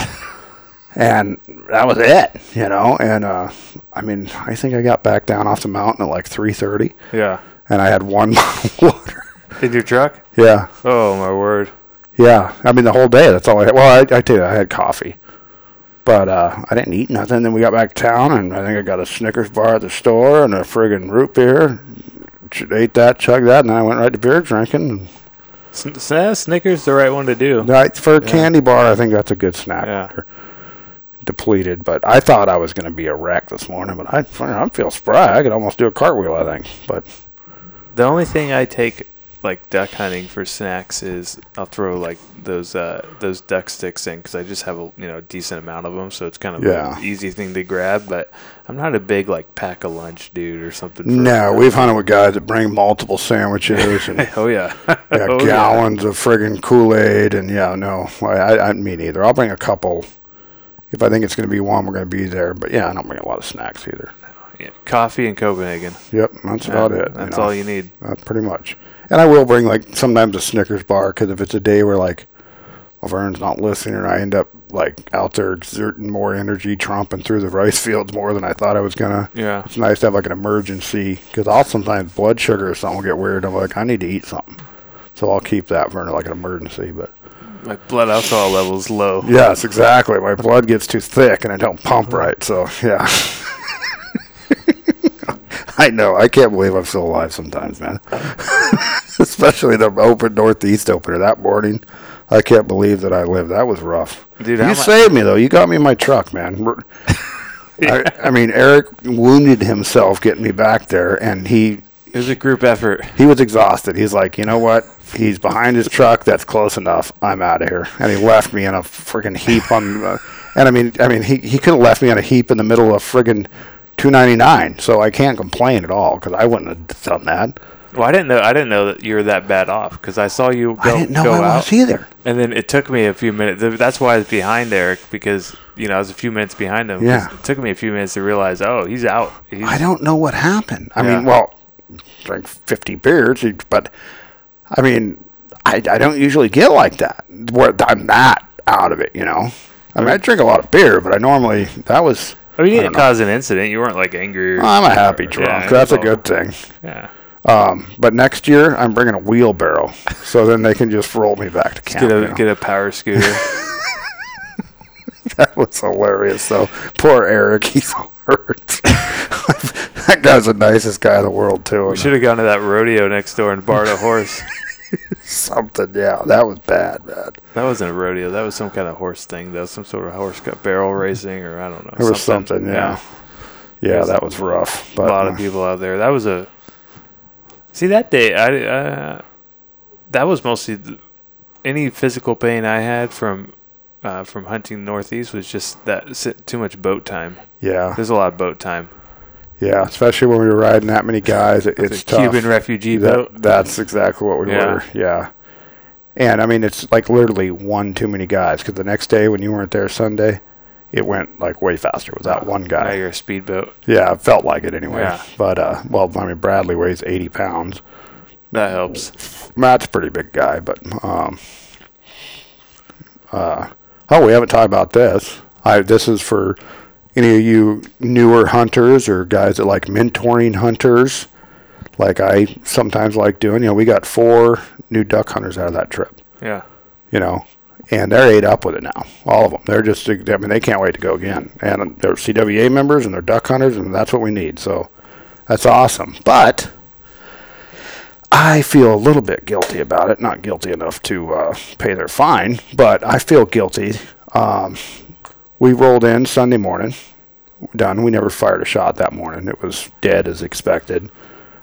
and that was it, you know. And uh, I mean, I think I got back down off the mountain at like three thirty, Yeah. and I had one bottle of water. In your truck? Yeah, Oh my word. yeah, I mean the whole day. That's all I had. Well, I, I tell you, I had coffee, but uh, I didn't eat nothing. Then we got back to town, and I think I got a Snickers bar at the store and a friggin' root beer. Ch- Ate that, chugged that, and then I went right to beer drinking. Sn- sn- Snickers the right one to do. Right, for a candy bar, I think that's a good snack. Yeah. They're Depleted, but I thought I was going to be a wreck this morning. But I, I feel spry. I could almost do a cartwheel. I think, but The only thing I take like duck hunting for snacks is I'll throw like those uh, those duck sticks in because I just have a you know decent amount of them, so it's kind of Yeah. an easy thing to grab. But I'm not a big like pack a lunch dude or something. for- no, we've hunted with guys that bring multiple sandwiches and Oh yeah. yeah, Oh, gallons of friggin' Kool Aid, and yeah, no, I, I, I mean either. I'll bring a couple if I think it's going to be one. We're going to be there, but yeah, I don't bring a lot of snacks either. yeah. Coffee in Copenhagen. Yep, that's about it. you That's know. all you need. Uh, pretty much. And I will bring like sometimes a Snickers bar because if it's a day where like Laverne's not listening and I end up like out there exerting more energy, tromping through the rice fields more than I thought I was gonna. Yeah. It's nice to have like an emergency because I'll sometimes blood sugar or something will get weird. I'm like, I need to eat something, so I'll keep that for like an emergency. But My blood alcohol level's low. yes, exactly. My blood gets too thick and I don't pump right. So yeah. I know. I can't believe I'm still alive sometimes, man. Especially the open Northeast opener that morning. I can't believe that I lived. That was rough. Dude, how you mu- saved me though. You got me in my truck, man. R- I, I mean, Eric wounded himself getting me back there, and he It was a group effort. he was exhausted. He's like, you know what? He's behind his truck. That's close enough. I'm out of here. And he left me in a friggin' heap on. Uh, and I mean, I mean, he he could have left me in a heap in the middle of friggin' 299. So I can't complain at all because I wouldn't have done that. Well, I didn't know. I didn't know that you were that bad off because I saw you go, I didn't know go I out. was either. And then it took me a few minutes. th- That's why I was behind Eric because you know I was a few minutes behind him. 'cause Yeah. It took me a few minutes to realize, oh, he's out. He's, I don't know what happened. I Yeah. mean, well, drank 50 beers, he- but I mean, I, I don't usually get like that. Where I'm that out of it, you know. I mean, I drink a lot of beer, but I normally that was. I mean, you I didn't don't know. Uh, cause an incident. You weren't like angry. or- I'm a happy Yeah, drunk. it That's a was all- good thing. Yeah. But next year, I'm bringing a wheelbarrow, so then they can just roll me back to camp. Get you a know. get a power scooter. That was hilarious, though. Poor Eric, he's hurt. that guy's the nicest guy in the world, too. we should have gone to that rodeo next door and borrowed a horse. Something, yeah, that was bad, man. That wasn't a rodeo. That was some kind of horse thing, though. Some sort of horse cut barrel racing, or I don't know. There was something, yeah. Yeah, There's that was rough. But a lot of uh, people out there. That was a see that day. I uh, that was mostly th- any physical pain I had from uh, from hunting northeast was just that sit, too much boat time. Yeah, There's a lot of boat time. yeah, especially when we were riding that many guys, it, it's the tough. Cuban refugee boat. That, that's exactly what we Yeah. were. Yeah. And I mean, it's like literally one too many guys because the next day when you weren't there Sunday, it went like way faster with that one Now guy. you're a speedboat. Yeah, it felt like it anyway. Yeah. But, uh, well, I mean, Bradley weighs 80 pounds. That helps. Matt's a pretty big guy, but, um, uh, oh, we haven't talked about this. I, this is for any of you newer hunters or guys that like mentoring hunters. like I sometimes like doing. You know, we got four new duck hunters out of that trip. Yeah. You know, and they're ate up with it now. All of them. They're just. I mean, they can't wait to go again. And they're CWA members and they're duck hunters, and that's what we need. So that's awesome. But I feel a little bit guilty about it. Not guilty enough to uh, pay their fine, but I feel guilty. Um, we rolled in Sunday morning. Done. We never fired a shot that morning. It was dead as expected.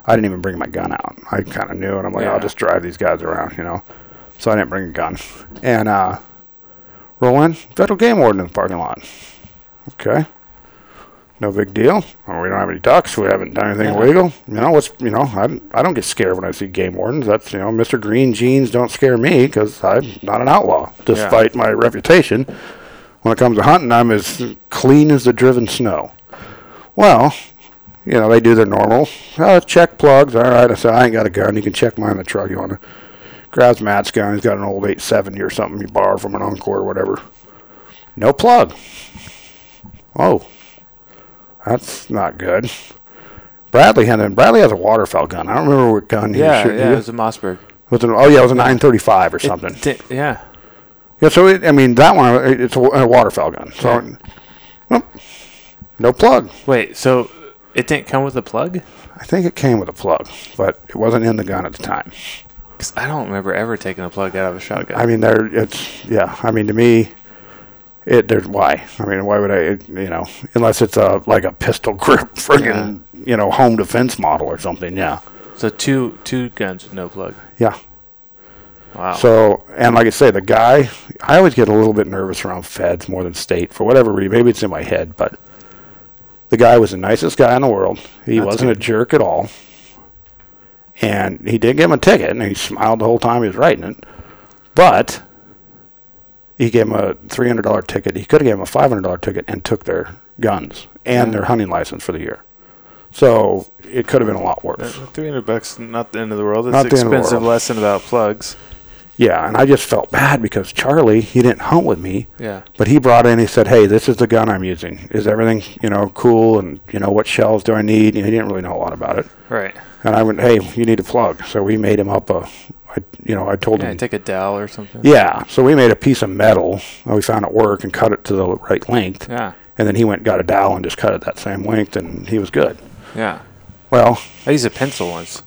I didn't even bring my gun out. I kind of knew, and I'm like, Yeah. I'll just drive these guys around, you know. So I didn't bring a gun. And uh, roll in, federal game warden in the parking lot. Okay, no big deal. Well, we don't have any ducks. We haven't done anything Yeah. illegal. You know, what's you know, I I don't get scared when I see game wardens. That's you know, Mr. Green jeans don't scare me because I'm not an outlaw, despite my reputation. When it comes to hunting, I'm as clean as the driven snow. Well, you know, they do their normal. Uh, check plugs. All right. I said, I ain't got a gun. You can check mine in the truck. You want to? Grabs Matt's gun. He's got an old 870 or something he borrowed from an Encore or whatever. No plug. Oh, that's not good. Bradley had and Bradley has a waterfowl gun. I don't remember what gun he Yeah. was shooting. Yeah. It with. was a Mossberg. Was it- oh yeah, it was a 935 or something. It di- yeah. Yeah, so it, I mean that one, it- it's a, wa- a waterfowl gun. So, Yeah. well, no plug. Wait. So it didn't come with a plug? I think it came with a plug, but it wasn't in the gun at the time. 'Cause I don't remember ever taking a plug out of a shotgun. I mean, there, it's yeah. I mean, to me, it there's why. I mean, why would I? It, you know, unless it's a like a pistol grip, friggin' you know, home defense model or something. Yeah, so two two guns with no plug. yeah. Wow. So, and like I say, the guy, I always get a little bit nervous around feds more than state for whatever reason. Maybe it's in my head, but the guy was the nicest guy in the world. He That's wasn't a jerk at all. And he did give him a ticket, and he smiled the whole time he was writing it. But he gave him a $300 ticket. He could have given him a $500 ticket and took their guns and their hunting license for the year. So it could have been a lot worse. Uh, Three hundred bucks, not the end of the world. It's Not the end of the expensive world. lesson about plugs. Yeah, and I just felt bad because Charlie, he didn't hunt with me. Yeah. But he brought in, he said, hey, this is the gun I'm using. Is everything, you know, cool? And, you know, what shells do I need? And he didn't really know a lot about it. Right. And I went, hey, you need a plug. So we made him up a, I, you know, I told Yeah, him. take a dowel or something. Mm-hmm. yeah. So we made a piece of metal that we found at work and cut it to the right length. Yeah. And then he went and got a dowel and just cut it that same length and he was good. Yeah. Well, I used a pencil once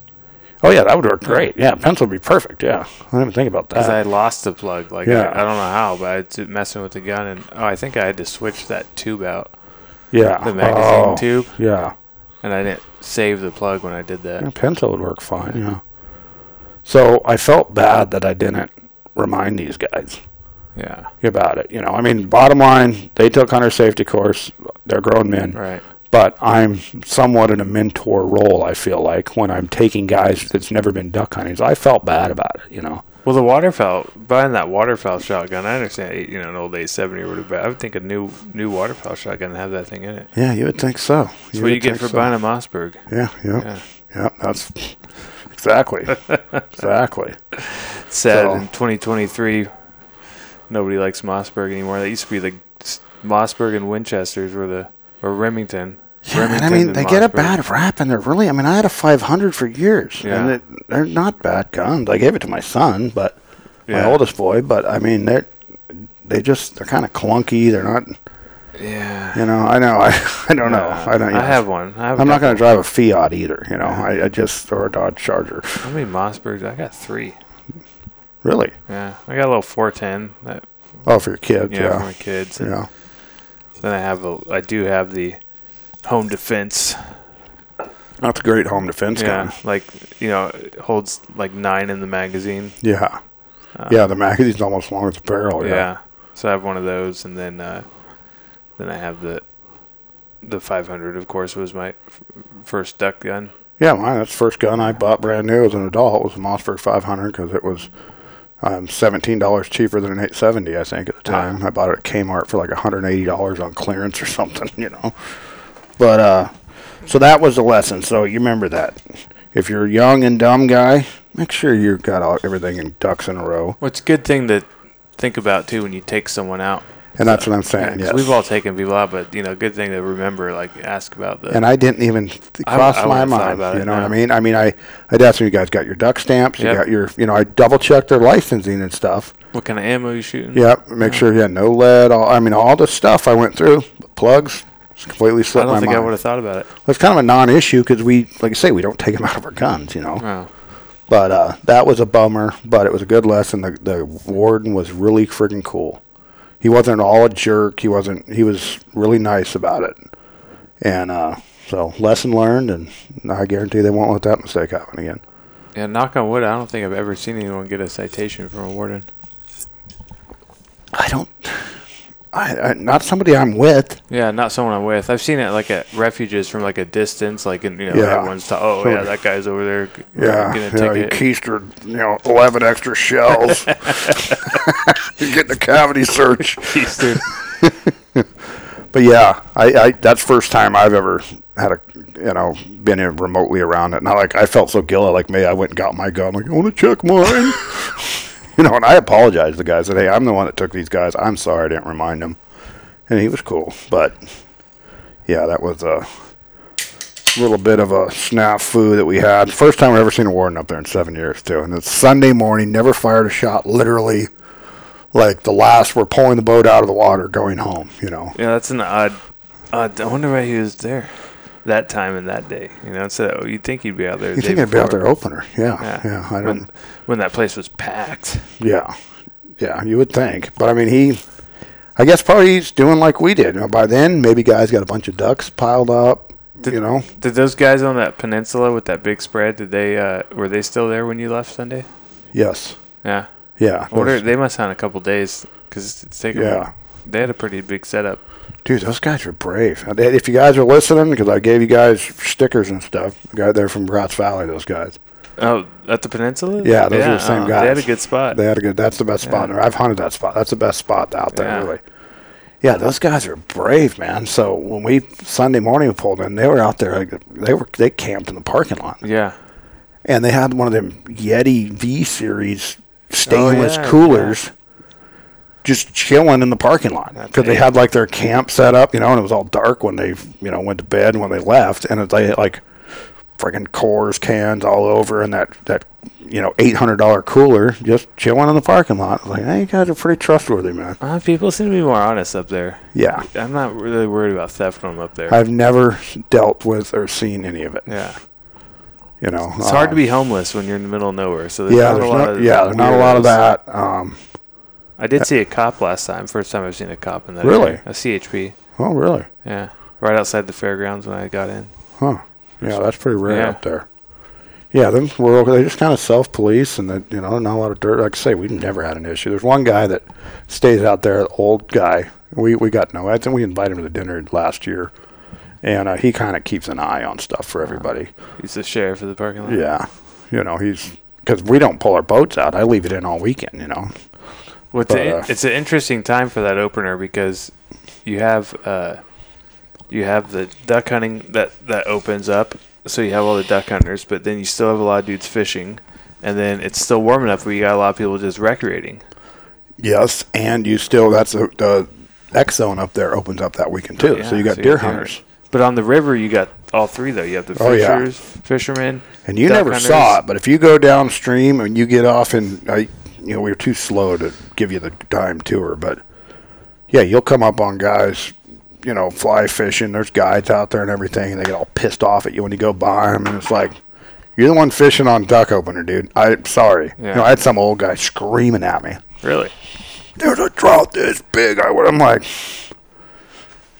oh, yeah, that would work great. Yeah, pencil would be perfect. Yeah. I didn't even think about because I that. lost the plug. Like Uh, Yeah. I, I don't know how, but I was messing with the gun, and oh, I think I had to switch that tube out, yeah. the magazine Oh, tube, Yeah. and I didn't save the plug when I did that. Yeah, pencil would work fine, yeah. So I felt bad that I didn't remind these guys Yeah. about it. You know, I mean, bottom line, they took hunter safety course. They're grown men, Right. but I'm somewhat in a mentor role. I feel like when I'm taking guys that's never been duck hunting, so I felt bad about it. You know, Well, the waterfowl buying that waterfowl shotgun. I understand, you know, an old A seventy or whatever. But I would think a new new waterfowl shotgun would have that thing in it. yeah, you would think so. That's what you get for buying a Mossberg. Yeah, yeah, yeah. Yeah. that's exactly, exactly. Sad So- in 2023, nobody likes Mossberg anymore. That used to be the Mossberg and Winchesters were the or Remington. Yeah, and I Remington mean, and they get a Mossberg. bad rap, and they're really. I mean, I had a 500 for years, and Yeah. it, they're not bad guns. I gave it to my son, but my Yeah. oldest boy. But I mean, they're they just they're kind of clunky. They're not. Yeah. Uh, You know, I know. I, I don't know. I don't. I have one. I have I'm not going gonna. to drive a Fiat either. You know, I, I just or a Dodge Charger. How many Mossbergs? I got three. Really? Yeah, I got a little 410. That, Oh, for your kids? yeah, for my Yeah. kids. Yeah. And Then I have a. I do have the home defense. That's a great home defense yeah, gun. like you know, it holds like nine in the magazine. Yeah. Uh, yeah. The magazine's almost as long as the barrel. yeah. Oh, Yeah. So I have one of those, and then uh, then I have the the 500. Of course, was my f- first duck gun. Yeah, mine. That's the first gun I bought brand new as an adult. was a Mossberg 500 because it was um, $17 cheaper than an 870, I think, at the Yeah. time. I bought it at Kmart for like $180 on clearance or something, you know. But uh, so that was the lesson. So you remember that. If you're a young and dumb guy, make sure you've got all, everything in ducks in a row. Well, it's a good thing to think about too when you take someone out. And that's what I'm Yeah, saying. 'cause Yes. We've all taken Vila, but you know, good thing to remember. Like, ask about the. and I didn't even th- I- cross I my wouldn't have thought mind. about You it, know what I no. mean? I mean, I I'd ask them, you guys got your duck stamps, you Yep. got your, you know, I double checked their licensing and stuff. what kind of ammo you shooting? Yeah, make sure you had no lead. All I mean, all the stuff I went through, plugs, it's completely I slipped don't my think I would mind. have thought about it. It's kind of a non-issue because we, like I say, we don't take them out of our guns, you know. Wow. But uh, that was a bummer, but it was a good lesson. The, the warden was really friggin' cool. He wasn't at all a jerk. He wasn't. He was really nice about it. And uh, so, lesson learned, and I guarantee they won't let that mistake happen again. Yeah, knock on wood. I don't think I've ever seen anyone get a citation from a warden. I don't. I, I not somebody I'm with. Yeah, not someone I'm with. I've seen it like at refuges from like a distance, like in, you know, Yeah. everyone's ta- oh Sure. yeah, that guy's over there. g- Yeah, getting a you know, you ticket. keistered, you know, eleven extra shells. You're getting a cavity search. Jeez, dude. But yeah, I, I that's first time I've ever had a you know been in remotely around it. Not like I felt so guilty. Like me, I went and got my gun. Like I want to check mine. you know, and I apologized to the guys. Said, hey, I'm the one that took these guys. I'm sorry, I didn't remind him. And he was cool, but yeah, that was a little bit of a snafu that we had. First time I've ever seen a warden up there in seven years too. And it's Sunday morning. Never fired a shot. Literally. Like the last, we're pulling the boat out of the water, going home. You know, Yeah, that's an odd. odd I wonder why he was there that time and that day. You know, so you'd think he'd be out there. the You day think I'd be out before. there opener? Yeah, Yeah. yeah. I don't. when, when that place was packed. yeah, yeah. You would think, but I mean, he. I guess probably he's doing like we did. You know, by then, maybe guys got a bunch of ducks piled up. Did- you know, Did those guys on that peninsula with that big spread? Did they uh, were they still there when you left Sunday? yes, Yeah. yeah. I wonder those- they must have had a couple days because it's taken. Yeah. They had a pretty big setup. Dude, those guys are brave. And If you guys are listening, because I gave you guys stickers and stuff, the guy there from Bratz Valley, those guys, Oh, at the peninsula? uh, Yeah, those are the same They had a guys. good spot. they had a good. That's the best spot. Yeah. there. I've hunted that spot. That's the best spot out there, Yeah. really. Yeah, those guys are brave, man. So when we Sunday morning we pulled in, they were out there. Like, they were they camped in the parking lot. yeah. and they had one of them Yeti V series stainless Oh, yeah, coolers just chilling in the parking lot That's because they it. had like their camp set up, you know, and it was all dark when they, you know, went to bed and when they left, and they had, like friggin' Coors cans all over and that that you know eight hundred dollar cooler just chilling in the parking lot. I was Like, hey, you guys are pretty trustworthy, man. Uh, people seem to be more honest up there. Yeah, I'm not really worried about theft when I'm up there. I've never dealt with or seen any of it. yeah. You know, It's hard to um, be homeless when you're in the middle of nowhere. So there's Yeah, not there's a lot not, of yeah, there's not a lot of weirdos. that. Um, I did see a cop last time. First time I've seen a cop in that Really? area. A CHP. oh, really? Yeah. Right outside the fairgrounds when I got in. Huh. Yeah, that's pretty rare Yeah. up there. Yeah, them rural, they just kind of self police and, they, you know, not a lot of dirt. Like I say, we've never had an issue. There's one guy that stays out there, the old guy. We, we got no, I think we invited him to dinner last year. And uh, he kind of keeps an eye on stuff for everybody. He's the sheriff of the parking lot. Yeah. You know, he's, because we don't pull our boats out. I leave it in all weekend, you know. Well, it's, a- But, uh, it's an interesting time for that opener because you have uh, you have the duck hunting that that opens up, so you have all the duck hunters, but then you still have a lot of dudes fishing, and then it's still warm enough where you got a lot of people just recreating. Yes. And you still, that's the, the X zone up there opens up that weekend too. Yeah, Oh, so you got you deer hunters. But on the river, you got all three though. You have the Oh, yeah. fishers, fishermen, And you duck never hunters. saw it, but if you go downstream and you get off, and I, you know, we were too slow to give you the time tour, but yeah, you'll come up on guys, you know, fly fishing. There's guides out there and everything, and they get all pissed off at you when you go by them, and it's like, you're the one fishing on duck opener, dude. I'm sorry. Yeah. You know, I had some old guy screaming at me. Really? There's a trout this big. I would. I'm like,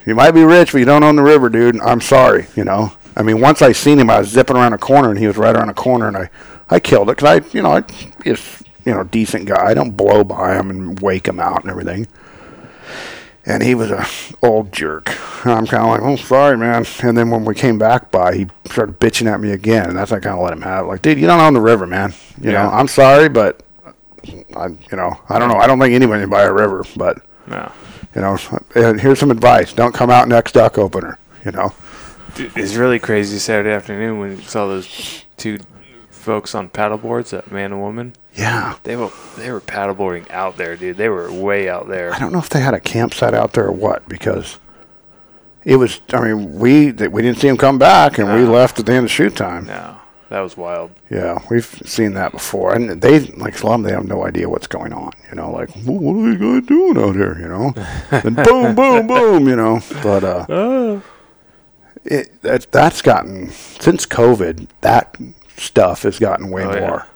you might be rich, but you don't own the river, dude. I'm sorry, you know. I mean, once I seen him, I was zipping around a corner, and he was right around a corner, and I, I killed it because I, you know, I just, you know, decent guy. I don't blow by him and wake him out and everything. And he was a old jerk. And I'm kind of like, oh, sorry, man. And then when we came back by, he started bitching at me again, and that's I kind of let him have. it. Like, dude, you don't own the river, man. You Yeah. know, I'm sorry, but I, you know, I don't know. I don't think anybody can buy a river, but No. you know, and here's some advice: don't come out next duck opener. You know, Dude, it's really crazy Saturday afternoon when you saw those two folks on paddleboards, that man and woman, Yeah. they were they were paddleboarding out there, dude. They were way out there. I don't know if they had a campsite out there or what because it was. I mean, we that we didn't see him come back, and we Ah. left at the end of shoot time. No, that was wild. Yeah, we've seen that before, and they like a lot of them. They have no idea what's going on. You know, like "Wha- what are these guys doing out here? You know, and boom, boom, boom. You know, but uh, Ah. it that that's gotten since COVID. That stuff has gotten way Oh, yeah. more.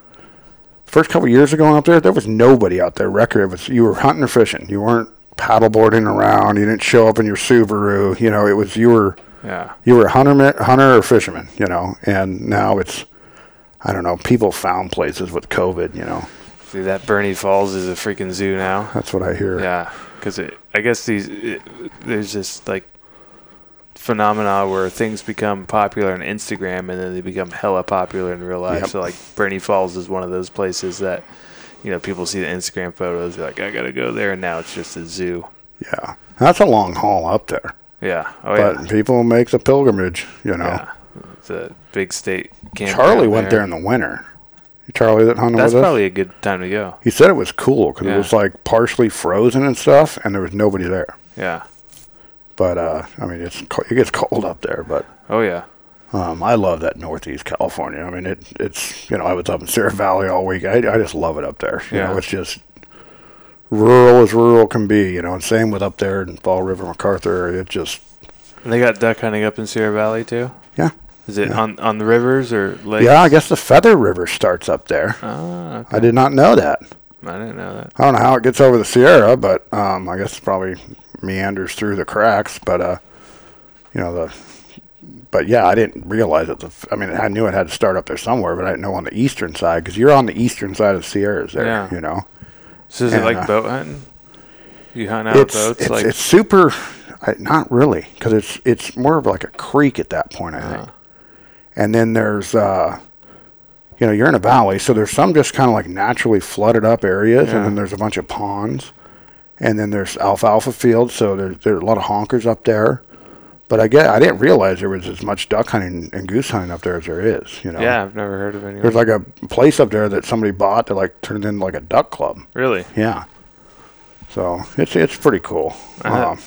First couple years ago up there, there was nobody out there. Record it was you were hunting or fishing. You weren't paddleboarding around. You didn't show up in your Subaru. You know, it was you were Yeah. you were a hunter, hunter or fisherman, you know, and now it's, I don't know, people found places with COVID, you know, Dude, that Bernie Falls is a freaking zoo now. that's what I hear. Yeah, because it. I guess these it, there's this like phenomena where things become popular on Instagram and then they become hella popular in real life. Yep. So like Bernie Falls is one of those places that you know people see the Instagram photos, they're like I gotta go there, and now it's just a zoo. Yeah. That's a long haul up there, Yeah. Oh but yeah. people make the pilgrimage, you know. Yeah. It's a big state camp. Charlie went there in the winter. Charlie that hunted That's with us. probably a good time to go. he said it was cool because Yeah. it was like partially frozen and stuff, and there was nobody there. Yeah. But uh, I mean, it's co- it gets cold up there, but Oh yeah. Um, I love that Northeast California. I mean, it, it's, you know, I was up in Sierra Valley all week. I, I just love it up there. You Yeah. know, it's just rural as rural can be, you know, and same with up there in Fall River, MacArthur. area. It just, And they got duck hunting up in Sierra Valley too. yeah. Is it on on the rivers or lakes? Yeah, I guess the Feather River starts up there. Ah, okay. I did not know that. I didn't know that. I don't know how it gets over the Sierra, but um, I guess it probably meanders through the cracks. But uh, you know the, but yeah, I didn't realize it. The, I mean, I knew it had to start up there somewhere, but I didn't know on the eastern side because you're on the eastern side of the Sierras there. Yeah. You know, So is it And, like uh, boat hunting? You hunt out it's boats it's, like it's super. I, not really, because it's it's more of like a creek at that point, I Uh-huh. think. And then there's, uh, you know, you're in a valley, so there's some just kind of like naturally flooded up areas, Yeah. and then there's a bunch of ponds, and then there's alfalfa fields, so there's there are a lot of honkers up there. But I get I didn't realize there was as much duck hunting and goose hunting up there as there is. You know, yeah, I've never heard of any. There's like a place up there that somebody bought that like turned into like a duck club. really, Yeah. So it's it's pretty cool. Uh-huh. Um,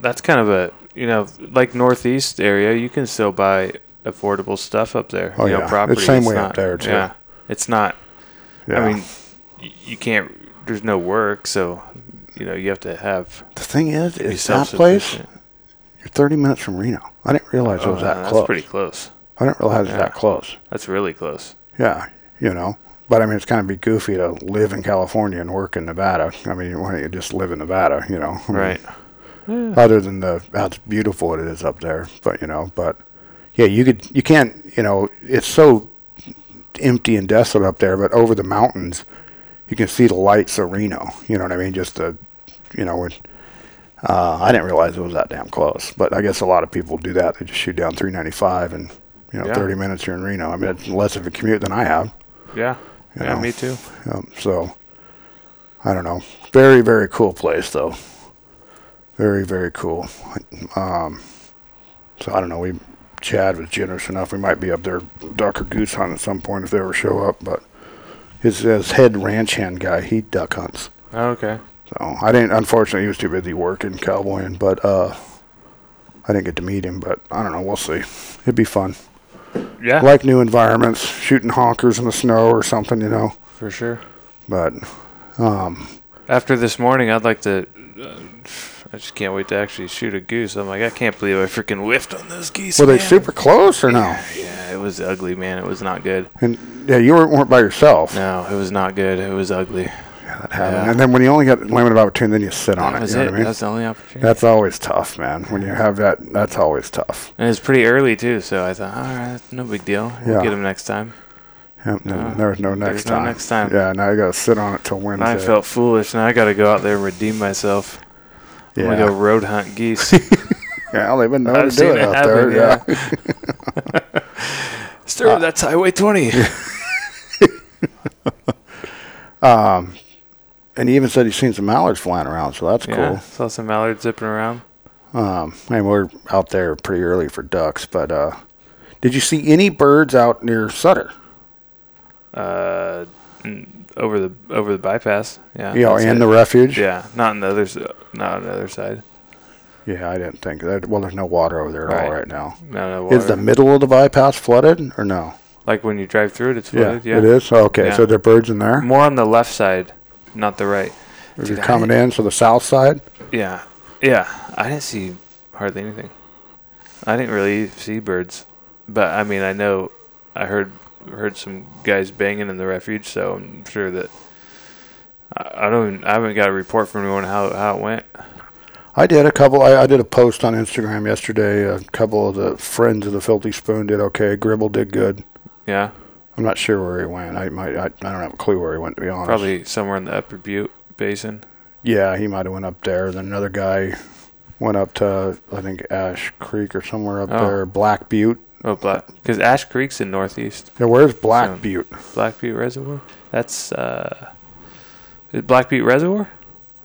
that's kind of a you know like northeast area. You can still buy affordable stuff up there. Oh, you know, yeah. It's property. same way up not- there, too. Yeah, it's not. yeah. I mean, y- you can't. There's no work, so you know you have to have. the thing is, be is that place self-sufficient. you're 30 minutes from Reno. I didn't realize it Oh, was that that's close. pretty close. I didn't realize it Yeah. was that close. That's really close. Yeah, you know. But I mean, it's kind of be goofy to live in California and work in Nevada. I mean, why don't you just live in Nevada? You know, I mean, Right. Other than the how it's beautiful it is up there, but you know, but yeah, you could you can't you know it's so empty and desolate up there, but over the mountains you can see the lights of Reno. You know what I mean? Just the you know when. Uh, I didn't realize it was that damn close, but I guess a lot of people do that. They just shoot down 395 and, you know, Yeah. 30 minutes here in Reno. I mean, it's less of a commute than I have. Yeah. You yeah, know. me too. Um, so, I don't know. Very, very cool place, though. Very, very cool. Um, so I don't know. We Chad was generous enough. We might be up there duck or goose hunt at some point if they ever show up. But his, his head ranch hand guy, he duck hunts. Oh, okay. So I didn't. Unfortunately, he was too busy working cowboying. But uh, I didn't get to meet him. But I don't know. We'll see. It'd be fun. Yeah, I like new environments, shooting honkers in the snow or something, you know. for sure. But After this morning, I'd like to. Uh, I just can't wait to actually shoot a goose. I'm like, I can't believe I freaking whiffed on those geese. were they man. super close or no? Yeah, it was ugly, man. It was not good. And yeah, you weren't, weren't by yourself. No, it was not good. It was ugly. That happened. Yeah. And then when you only get limited opportunity, then you sit on That it. was you know it. what I mean? That's the only opportunity. That's always tough, man. When you have that, that's always tough. and it was pretty early too, so I thought, all right, no big deal. We'll Yeah. get him next time. Yep, no, Uh, there was no next no time. next time. Yeah, now you got to sit on it till And Wednesday. I felt foolish. Now I got to go out there and redeem myself. I'm yeah. gonna go road hunt geese. yeah, they've been known to I've do seen it it out happen. there. Uh, Yeah. Stir, that's Highway 20. And he even said he's seen some mallards flying around, so that's Yeah, saw some mallard zipping around. cool. Um, and we're out there pretty early for ducks, but uh, did you see any birds out near Sutter? uh, n- over the over the bypass. Yeah. you know, that's in it. the refuge. yeah, not on the other s- not on the other side. Yeah, I didn't think that. Well, there's no water over there at all Right. right now. No, no Is the water. middle of the bypass flooded or no? like when you drive through it, it's flooded. Yeah, it is. Oh, Okay, Yeah. so there are birds in there. More on the left side, not the right. If Dude, you're I- coming in, so the south side. Yeah, yeah. I didn't see hardly anything. I didn't really see birds, but I mean, I know I heard heard some guys banging in the refuge, so I'm sure that I, I don't. even- I haven't got a report from anyone how how it went. I did a couple. I, I did a post on Instagram yesterday. A couple of the friends of the Filthy Spoon did okay. Gribble did good. Yeah, I'm not sure where he went. I might. I, I don't have a clue where he went to be honest. probably somewhere in the Upper Butte Basin. Yeah, he might have went up there. Then another guy went up to I think Ash Creek or somewhere up Oh. there. Black Butte. Oh, Black, because Ash Creek's in Northeast Now, where's Black So- Butte? Black Butte Reservoir. That's uh, is it Black Butte Reservoir.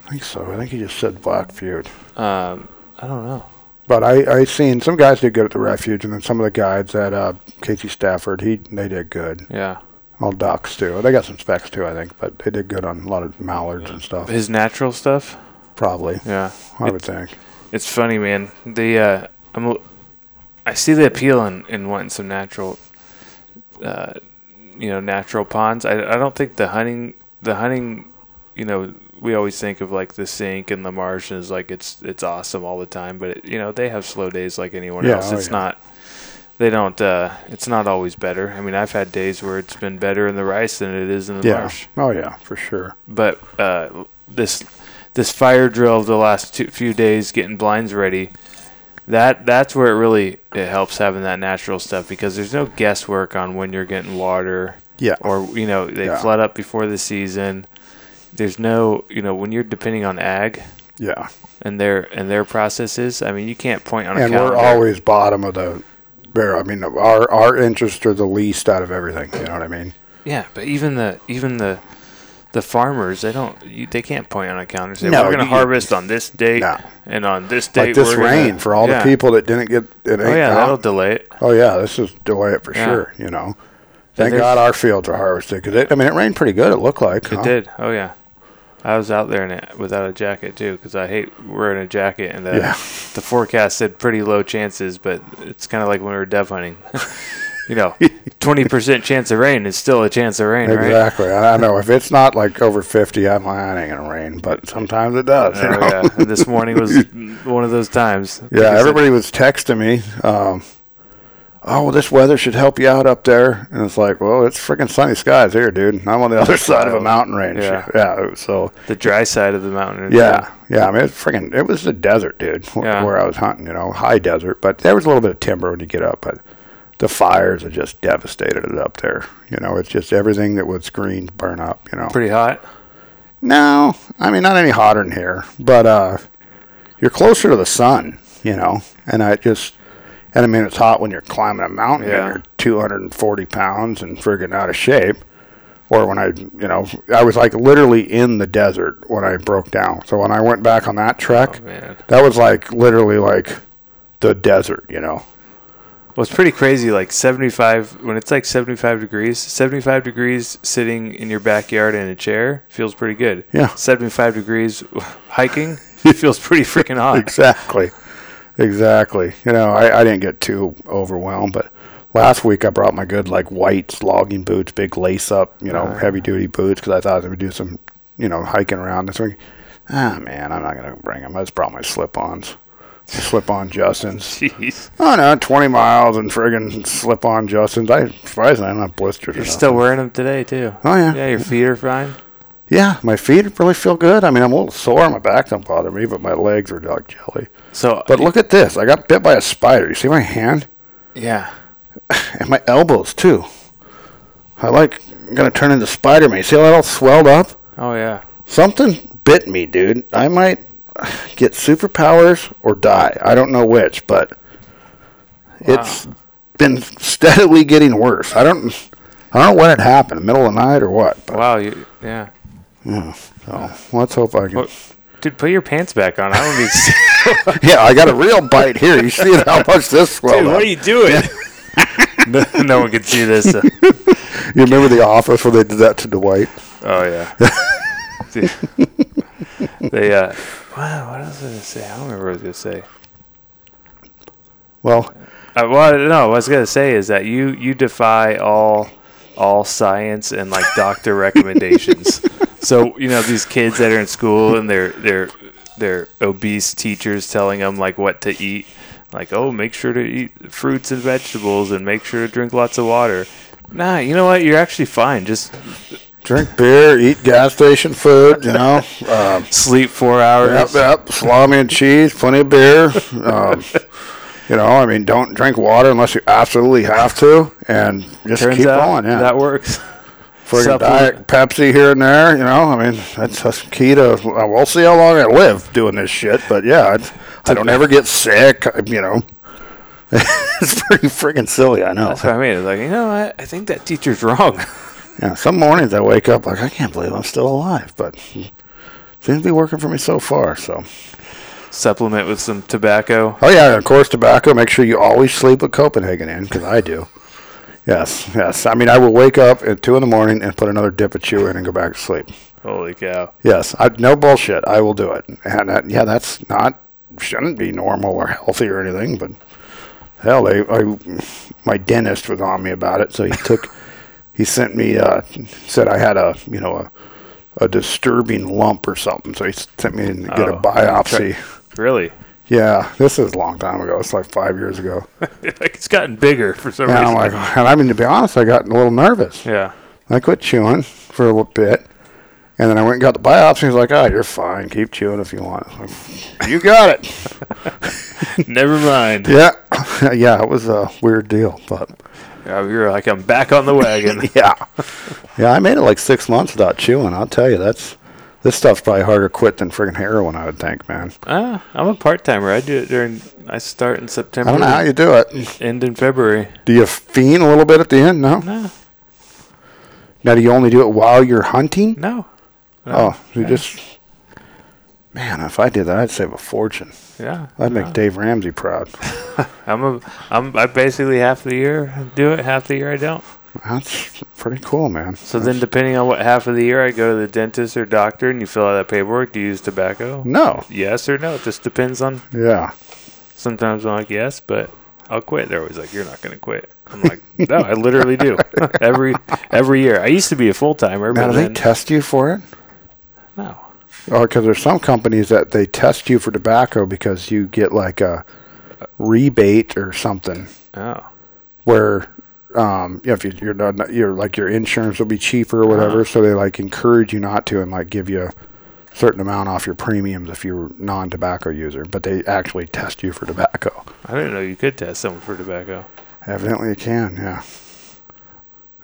I think so. I think he just said Black Butte. Um, I don't know. But I I seen some guys did good at the refuge, and then some of the guys at uh, Casey Stafford, he they did good. Yeah. All ducks too. They got some specs too, I think, but they did good on a lot of mallards and stuff. His natural stuff. Probably, Yeah. I would think. It's funny, man. The uh, I'm, l- I see the appeal in, in wanting some natural, uh, you know, natural ponds. I, I don't think the hunting, the hunting, you know, we always think of like the sink and the marsh is like it's it's awesome all the time, but it, you know they have slow days like anyone Yeah, else. oh, It's yeah. not. They don't. Uh, it's not always better. I mean, I've had days where it's been better in the rice than it is in the Yeah. marsh Oh yeah, for sure. but uh, this this fire drill of the last two, few days, getting blinds ready, that that's where it really it helps having that natural stuff because there's no guesswork on when you're getting water Yeah. or you know they Yeah. flood up before the season. There's no you know when you're depending on ag Yeah. and their and their processes. I mean you can't point on a And calendar. we're always bottom of the barrel. I mean, our our interests are the least out of everything. You know what I mean? yeah, but even the even the the farmers they don't you, they can't point on a calendar. and Say, No, we're going to you- harvest on this date No. and on this date. Like this we're gonna-" rain for all Yeah. the people that didn't get it. Ain't Oh yeah, that'll out. delay it. oh yeah, this is delay it for Yeah. sure. You know. Yeah, Thank there's- God our fields are harvested because I mean it rained pretty good. It looked like It did. Oh yeah, I was out there in it without a jacket too, because I hate wearing a jacket. And the Yeah. the forecast said pretty low chances, but it's kind of like when we were dove hunting. you know, twenty percent chance of rain is still a chance of rain, right? Exactly. I I know if it's not like over fifty, I'm like, "Ah, it ain't gonna rain, but sometimes it does. you Oh, know? yeah. And this morning was one of those times. Yeah, Like I said, everybody was texting me. Um, oh, well, this weather should help you out up there. And it's like, well, it's freaking sunny skies here, dude. and I'm on the other side of a mountain range. Yeah. yeah. So, the dry side of the mountain. yeah, yeah. I mean, it's freaking. It was the desert, dude. wh- Yeah. Where I was hunting, you know, high desert, but there was a little bit of timber when you get up, but. The fires have just devastated it up there. You know, it's just everything that was green burn up. You know, pretty hot. No, I mean not any hotter than here, but uh, you're closer to the sun, you know. And I just, and I mean it's hot when you're climbing a mountain Yeah. and you're 240 pounds and friggin' out of shape. Or when I, you know, I was like literally in the desert when I broke down. So when I went back on that trek, Man, that was like literally like the desert, you know. Well, it's pretty crazy. Like 75, when it's like 75 degrees, 75 degrees sitting in your backyard in a chair feels pretty good. Yeah. 75 degrees hiking feels pretty freaking hot. exactly. Exactly. You know, I, I didn't get too overwhelmed, but last week I brought my good, like, white logging boots, big lace up, you know, heavy duty boots because I thought I would do some, you know, hiking around this week. Ah, man, I'm not going to bring them. I just brought my slip ons. Slip on Justin's. Jeez. Oh, no, 20 miles and friggin' slip on Justin's. I, surprisingly, I don't have blisters. or You're nothing. still wearing them today, too. Oh, yeah. Yeah, your feet are fine. Yeah, my feet really feel good. I mean, I'm a little sore. My back don't bother me, but my legs are like jelly. So, But look at this. I got bit by a spider. You see my hand? yeah. and my elbows too. I like gonna turn into Spider Man. See how that all swelled up? Oh, yeah. Something bit me, dude. I might get superpowers or die. I don't know which, but it's been steadily getting worse. I don't I don't know when it happened, middle of the night or what. But Wow. You, yeah. so, let's hope I can Well, dude, put your pants back on. I don't be. Yeah, I got a real bite here. You see how much this swelled dude, up. what are you doing? no, no one can see this. You remember The Office where they did that to Dwight? Oh yeah. they uh, wow. What else was I gonna say? I don't remember what I was gonna say. Well, Uh, well, no, what I was gonna say is that you you defy all all science and like doctor recommendations. So you know these kids that are in school and they're they're they're obese teachers telling them like what to eat, like oh make sure to eat fruits and vegetables and make sure to drink lots of water. Nah, you know what? You're actually fine. Just drink beer, eat gas station food, you know. Um, sleep four Yep, hours. yep. Salami and cheese, plenty of beer. Um, you know, I mean, don't drink water unless you absolutely have to, and just Turns keep out going. Yeah, that works. Friggin' diet supplement- Pepsi here and there. You know, I mean, that's, that's key to. uh, We'll see how long I live doing this shit, but yeah, it's, I don't ever get sick. I- You know, it's pretty friggin' silly. I know. That's what I mean. It's like you know what? I think that teacher's wrong. Yeah, some mornings I wake up like I can't believe I'm still alive, but it seems to be working for me so far. So. Supplement with some tobacco. Oh yeah, of course, tobacco. Make sure you always sleep with Copenhagen in, because I do. Yes, yes. I mean, I will wake up at two in the morning and put another dip of chew in and go back to sleep. Holy cow! Yes, I, no bullshit. I will do it. And that, yeah, that's not shouldn't be normal or healthy or anything, but hell, they, I, my dentist was on me about it, so he took, he sent me, uh, said I had a, you know, a, a disturbing lump or something, so he sent me in to get Oh, a biopsy. Really? Yeah, this is a long time ago. It's like five years ago. like it's gotten bigger for some And I'm reason. like, and I mean, to be honest, I got a little nervous. yeah. I quit chewing for a little bit. And then I went and got the biopsy. He's like, oh, you're fine. Keep chewing if you want. I was like, you got it. Never mind. yeah. yeah, it was a weird deal. But Yeah, You're like I'm back on the wagon. yeah. Yeah, I made it like six months without chewing. I'll tell you, that's this stuff's probably harder to quit than friggin' heroin, I would think, man. ah, I'm a part timer. I do it during. I start in September. I don't know how you do it. End in February. Do you fiend a little bit at the end? No. No, Now, do you only do it while you're hunting? no. Oh, you just. Man, if I did that, I'd save a fortune. Yeah, That'd make Dave Ramsey proud. I'm a. I'm. I basically half the year do it. Half the year I don't. That's pretty cool, man. So then, depending on what half of the year I go to the dentist or doctor, and you fill out that paperwork, do you use tobacco? No. Yes or no. It just depends on. Yeah. Sometimes I'm like yes, but I'll quit. They're always like, you're not gonna quit. I'm like, no, I literally do every every year. I used to be a full timer, Now, but do they then, test you for it? no. Or because there's some companies that they test you for tobacco because you get like a rebate or something Oh, where, um, you know, if you, you're not, you're like your insurance will be cheaper or Uh-huh. whatever, so they like encourage you not to and like give you a certain amount off your premiums if you're non-tobacco user, but they actually test you for tobacco. I didn't know you could test someone for tobacco. Evidently, it can. Yeah,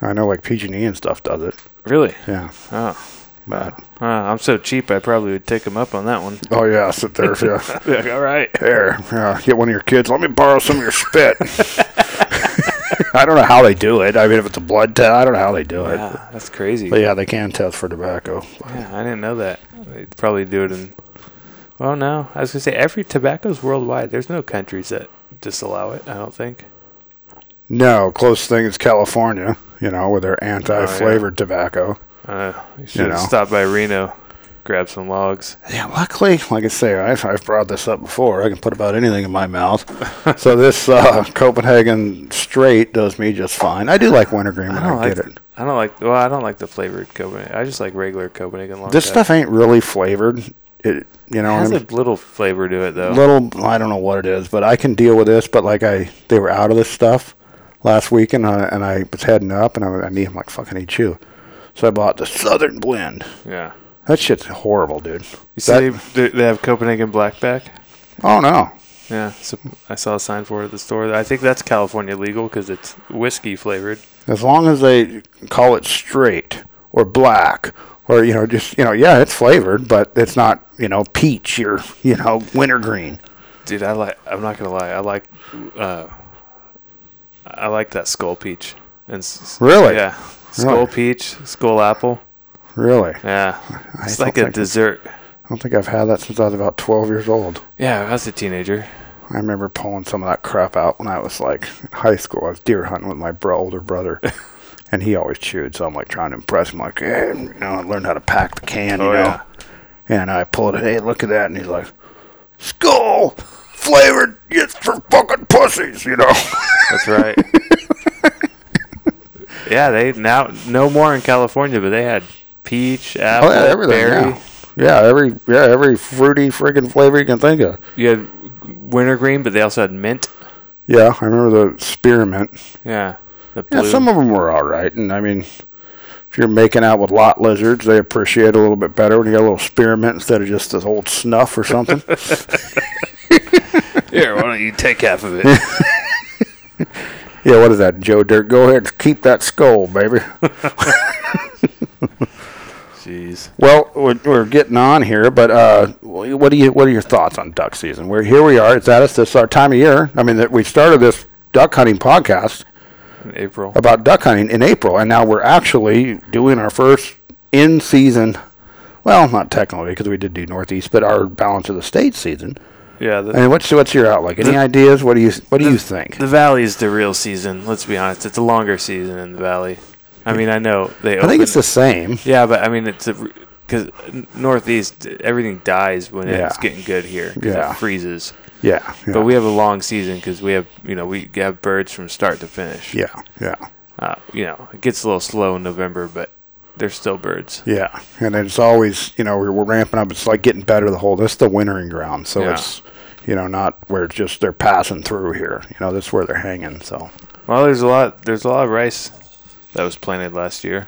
I know. Like PG&E and stuff does it. Really? Yeah, Oh, but Uh, I'm so cheap. I probably would take them up on that one. oh yeah, sit there. Yeah, Be like, all right. there. Yeah, get one of your kids. Let me borrow some of your spit. I don't know how they do it. I mean, if it's a blood test, I don't know how they do it. Yeah, that's crazy. But yeah, they can test for tobacco. Yeah, I didn't know that. They probably do it in. Well, no, I was gonna say every tobacco's worldwide. There's no countries that disallow it. I don't think. No, close thing is California. You know, with their Oh, anti-flavored tobacco. Uh, you should know. stop by Reno, grab some logs. Yeah, luckily, like I say, I've, I've brought this up before. I can put about anything in my mouth. so this uh, Copenhagen straight does me just fine. I do like wintergreen when I don't I, like. get it. I don't like. Well, I don't like the flavored Copenhagen. I just like regular Copenhagen long. This Cut. stuff ain't really flavored. It, you know, has what I a mean? little flavor to it though. little. I don't know what it is, but I can deal with this. But like I, they were out of this stuff last week, and I, and I was heading up, and I, I need. I'm like, fucking need chew. So I bought the Southern Blend. yeah. That shit's horrible, dude. You see, That- they, they have Copenhagen blackback. oh no, Yeah, so I saw a sign for it at the store. I think that's California legal because it's whiskey flavored. as long as they call it straight or black or you know just you know yeah it's flavored but it's not you know peach or you know wintergreen Dude, I like. I'm not gonna lie. I like. Uh, I like that skull peach. And s- Really? Yeah. Skull Really? peach, skull apple. really Yeah. It's don't like a think- dessert. i don't think i've had that since i was about 12 years old Yeah, I was a teenager. i remember pulling some of that crap out when i was like in high school i was deer hunting with my bro- older brother and he always chewed. So I'm like trying to impress him, like, hey, you know, I learned how to pack the can, you Oh, know. yeah. And I pulled it. Hey, look at that, and he's like, skull flavored. It's for fucking pussies, you know. That's right. yeah, they now no more in California, but they had peach, apple, Oh yeah, everything. berry. Yeah. yeah, every yeah every fruity friggin' flavor you can think of. You had wintergreen, but they also had mint. Yeah, I remember the spearmint. Yeah, the Yeah, blue. some of them were all right, and I mean, if you're making out with lot lizards, they appreciate it a little bit better when you got a little spearmint instead of just this old snuff or something. Here, why don't you take half of it? yeah, what is that, Joe Dirt? Go ahead, and keep that skull, baby. Jeez. Well, we're, we're getting on here, but uh, what do you what are your thoughts on duck season? We're here, we are. It's at us. This is our time of year. I mean, that we started this duck hunting podcast In April. about duck hunting in April, and now we're actually doing our first in season. Well, not technically because we did do Northeast, but our balance of the state season. Yeah, the, I mean, what's what's your outlook? Any The- ideas? What do you what do you think? the valley is the real season. Let's be honest; it's a longer season in the valley. I mean, I know they. I think it's the same. Yeah, but I mean, it's because northeast everything dies when Yeah. it's getting good here. 'cause Yeah. it freezes. Yeah, yeah, But we have a long season because we have you know we have birds from start to finish. yeah, yeah, Uh, you know it gets a little slow in November, but there's still birds. yeah. And it's always you know we're, we're ramping up. It's like getting better. The whole this is the wintering ground, so Yeah. it's you know not where it's just they're passing through here. You know that's where they're hanging. So Well, there's a lot there's a lot of rice that was planted last year.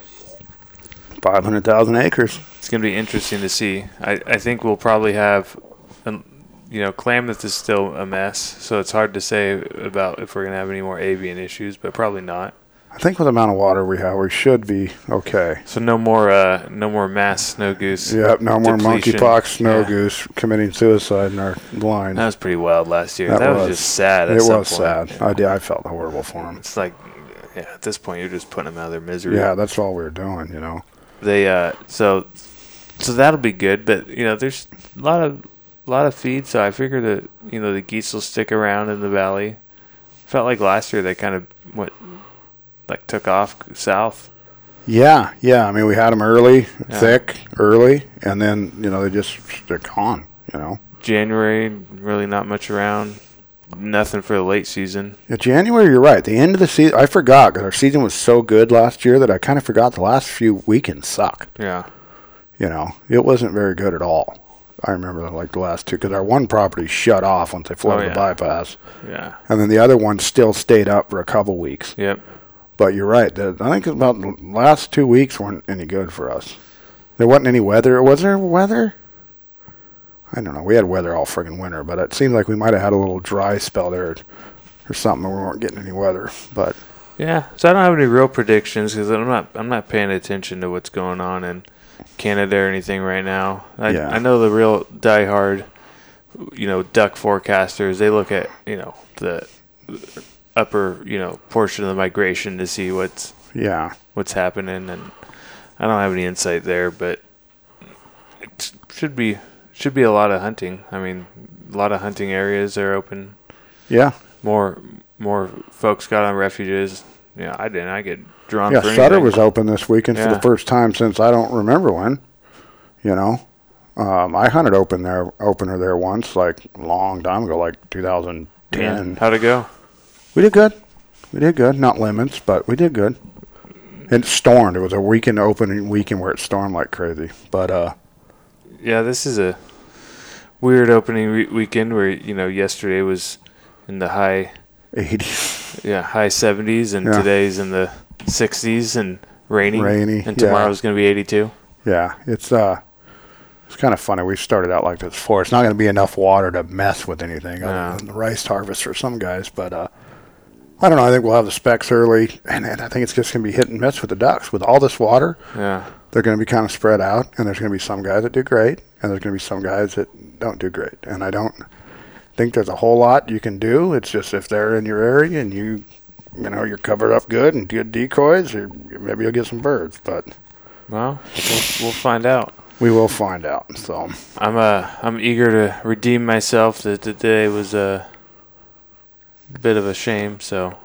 five hundred thousand acres. It's gonna be interesting to see. I I think we'll probably have. An, you know, Klamath is still a mess, so it's hard to say about if we're going to have any more avian issues, but probably not. I think with the amount of water we have, we should be okay. So no more, uh, no more mass snow goose. Yep, no more depletion. monkeypox, snow Yeah. Uh, goose committing suicide in our line. That was pretty wild last year. That That, was, was. just sad. it at was some sad. point. I did. I felt horrible for them. It's like, yeah, at this point, you're just putting them out of their misery. Yeah, that's all we were doing. You know. They uh, so, so that'll be good. But you know, there's a lot of, lot of feed. So I figure that you know the geese will stick around in the valley. Felt like last year they kind of went, like took off south. Yeah, yeah. I mean, we had them early, Yeah. thick, early, and then you know they just they're gone. You know, January, really not much around. Nothing for the late season. yeah, January. You're right. The end of the season. I forgot because our season was so good last year that I kind of forgot the last few weekends sucked. Yeah. You know, it wasn't very good at all. I remember like the last two because our one property shut off once they flooded Oh, yeah. the bypass, Yeah. and then the other one still stayed up for a couple weeks. Yep. But you're right. The, I think about the last two weeks weren't any good for us. There wasn't any weather. Was there weather? I don't know. We had weather all friggin' winter, but it seemed like we might have had a little dry spell there or something. and We weren't getting any weather. But Yeah, so I don't have any real predictions because I'm not I'm not paying attention to what's going on in Canada or anything right now. I, Yeah. I know the real diehard, you know, duck forecasters. They look at you know the upper you know portion of the migration to see what's yeah, what's happening, and I don't have any insight there, but it should be should be a lot of hunting. I mean, a lot of hunting areas are open yeah, more more folks got on refuges. Yeah, I didn't. I get drawn. yeah. for Sutter anything. was open this weekend for Yeah. the first time since I don't remember when. You know, um, I hunted open there opener there once, like a long time ago, like 2010. How'd it go? We did good. We did good. Not lemons, but we did good. And it stormed. It was a weekend opening weekend where it stormed like crazy. But uh, Yeah, this is a weird opening re- weekend where you know yesterday was in the high eighties. yeah high 70s and Yeah. today's in the 60s and rainy. Rainy, And yeah. tomorrow's gonna be 82. Yeah, it's uh, it's kind of funny. We started out like this before. It's not going to be enough water to mess with anything No. other than the rice harvest for some guys. But uh, I don't know. I think we'll have the specs early, and, and I think it's just going to be hit and miss with the ducks. With all this water, Yeah. they're going to be kind of spread out, and there's going to be some guys that do great, and there's going to be some guys that don't do great. And I don't think there's a whole lot you can do. It's just if they're in your area and you, you know, you're covered up good and good decoys, or maybe you'll get some birds. But Well, we'll, we'll find out. we will find out. So I'm uh I'm eager to redeem myself. That today was a bit of a shame, so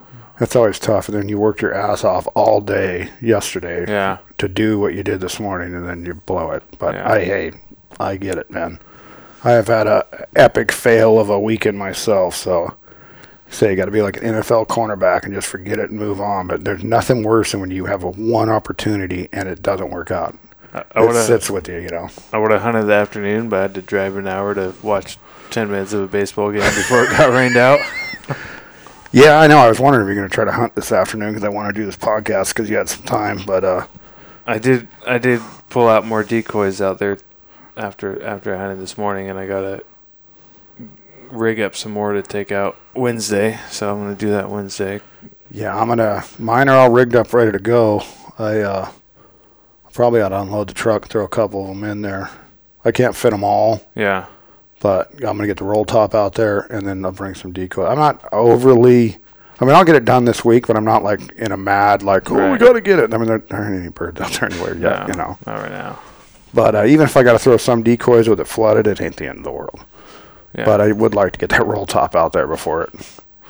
That's always tough. And then you worked your ass off all day yesterday Yeah. to do what you did this morning, and then you blow it. But Yeah. I hey, I get it, man. I have had a epic fail of a weekend myself. So say you got to be like an NFL cornerback and just forget it and move on. But there's nothing worse than when you have a one opportunity and it doesn't work out. I- I It would have sits with you, you know. I would have hunted the afternoon, but I had to drive an hour to watch ten minutes of a baseball game before it got rained out. Yeah, I know. I was wondering if you're going to try to hunt this afternoon because I want to do this podcast because you had some time. But uh, I did I did pull out more decoys out there after after I hunted this morning, and I gotta rig up some more to take out Wednesday. So I'm gonna do that Wednesday. Yeah, I'm gonna. Mine are all rigged up, ready to go. I uh, probably ought to unload the truck, throw a couple of them in there. I can't fit them all, Yeah, but I'm gonna get the roll top out there, and then I'll bring some decoy. I'm not overly. I mean, I'll get it done this week, but I'm not like in a mad like, oh, we Right. gotta get it. I mean, there aren't any birds out there anywhere yet, No, you know. not right now. But uh, even if I gotta throw some decoys with it flooded, it ain't the end of the world. Yeah. But I would like to get that roll top out there before it,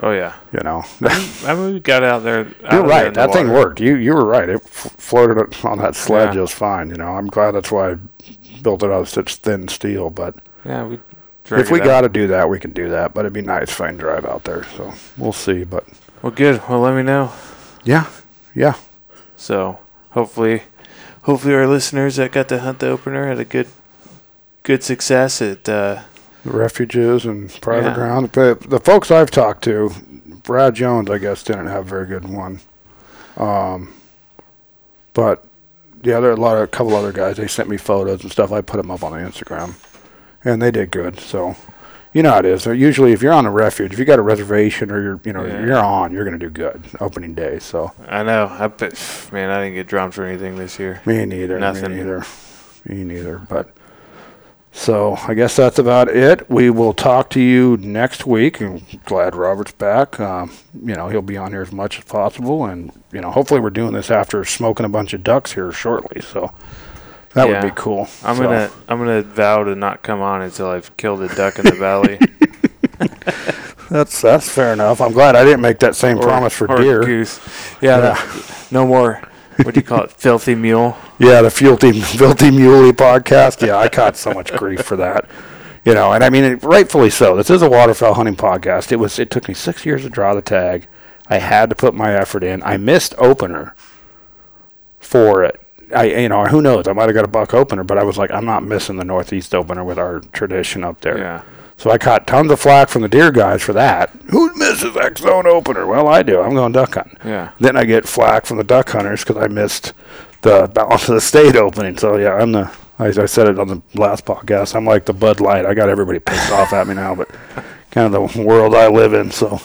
oh yeah, you know. I mean, we got out there. out You're there right. in the That thing water. worked. You you were right. It f- floated up on that sled Yeah. just fine. You know, I'm glad that's why I built it out of such thin steel. But Yeah, we. if we got to do that, we can do that. But it'd be nice if I can drive out there. So we'll see. But well, good. Well, let me know. yeah, yeah, So hopefully, hopefully our listeners that got to hunt the opener had a good, good success at. Uh, the refuges and private Yeah. ground. But the folks I've talked to, Brad Jones, I guess, didn't have a very good one. Um, but the other a lot of a couple other guys, they sent me photos and stuff. I put them up on Instagram, and they did good. So. You know how it is. So Usually, if you're on a refuge, if you got a reservation or you're, you know, Yeah. you're on, you're gonna do good opening day. So I know. I bet, man, I didn't get dropped or anything this year. me neither. Nothing. Me neither. Me neither. But so I guess that's about it. We will talk to you next week. And glad Robert's back. Um, you know he'll be on here as much as possible, and you know hopefully we're doing this after smoking a bunch of ducks here shortly. So that Yeah. would be cool. I'm So, gonna I'm gonna vow to not come on until I've killed a duck in the valley That's that's fair enough. I'm glad I didn't make that same promise for or deer. goose. Yeah, the- no more. What do you call it? Filthy mule. Yeah, the Filthy Filthy Muley podcast. Yeah, I caught so much grief for that. You know, and I mean, it, rightfully so. This is a waterfowl hunting podcast. It was. It took me six years to draw the tag. I had to put my effort in. I missed opener for it. I, you know, who knows? I might have got a buck opener, but I was like, I'm not missing the Northeast opener with our tradition up there. Yeah. So I caught tons of flack from the deer guys for that. Who misses X zone opener? Well, I do. I'm going duck hunting. Yeah. Then I get flack from the duck hunters because I missed the balance of the state opening. So yeah, I'm the. I, I said it on the last podcast. I'm like the Bud Light. I got everybody pissed off at me now, but kind of the world I live in. So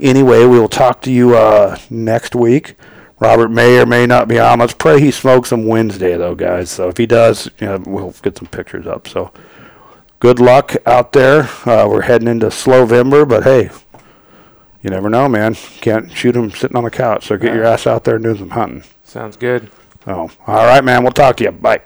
anyway, we will talk to you uh, next week. Robert may or may not be on. Let's pray he smokes them Wednesday though, guys. So if he does, you know, we'll get some pictures up. So good luck out there. Uh, we're heading into Slovember, but hey, you never know, man. Can't shoot 'em sitting on the couch. So get your ass out there and do some hunting. Sounds good. So, all right, man. We'll talk to you. Bye.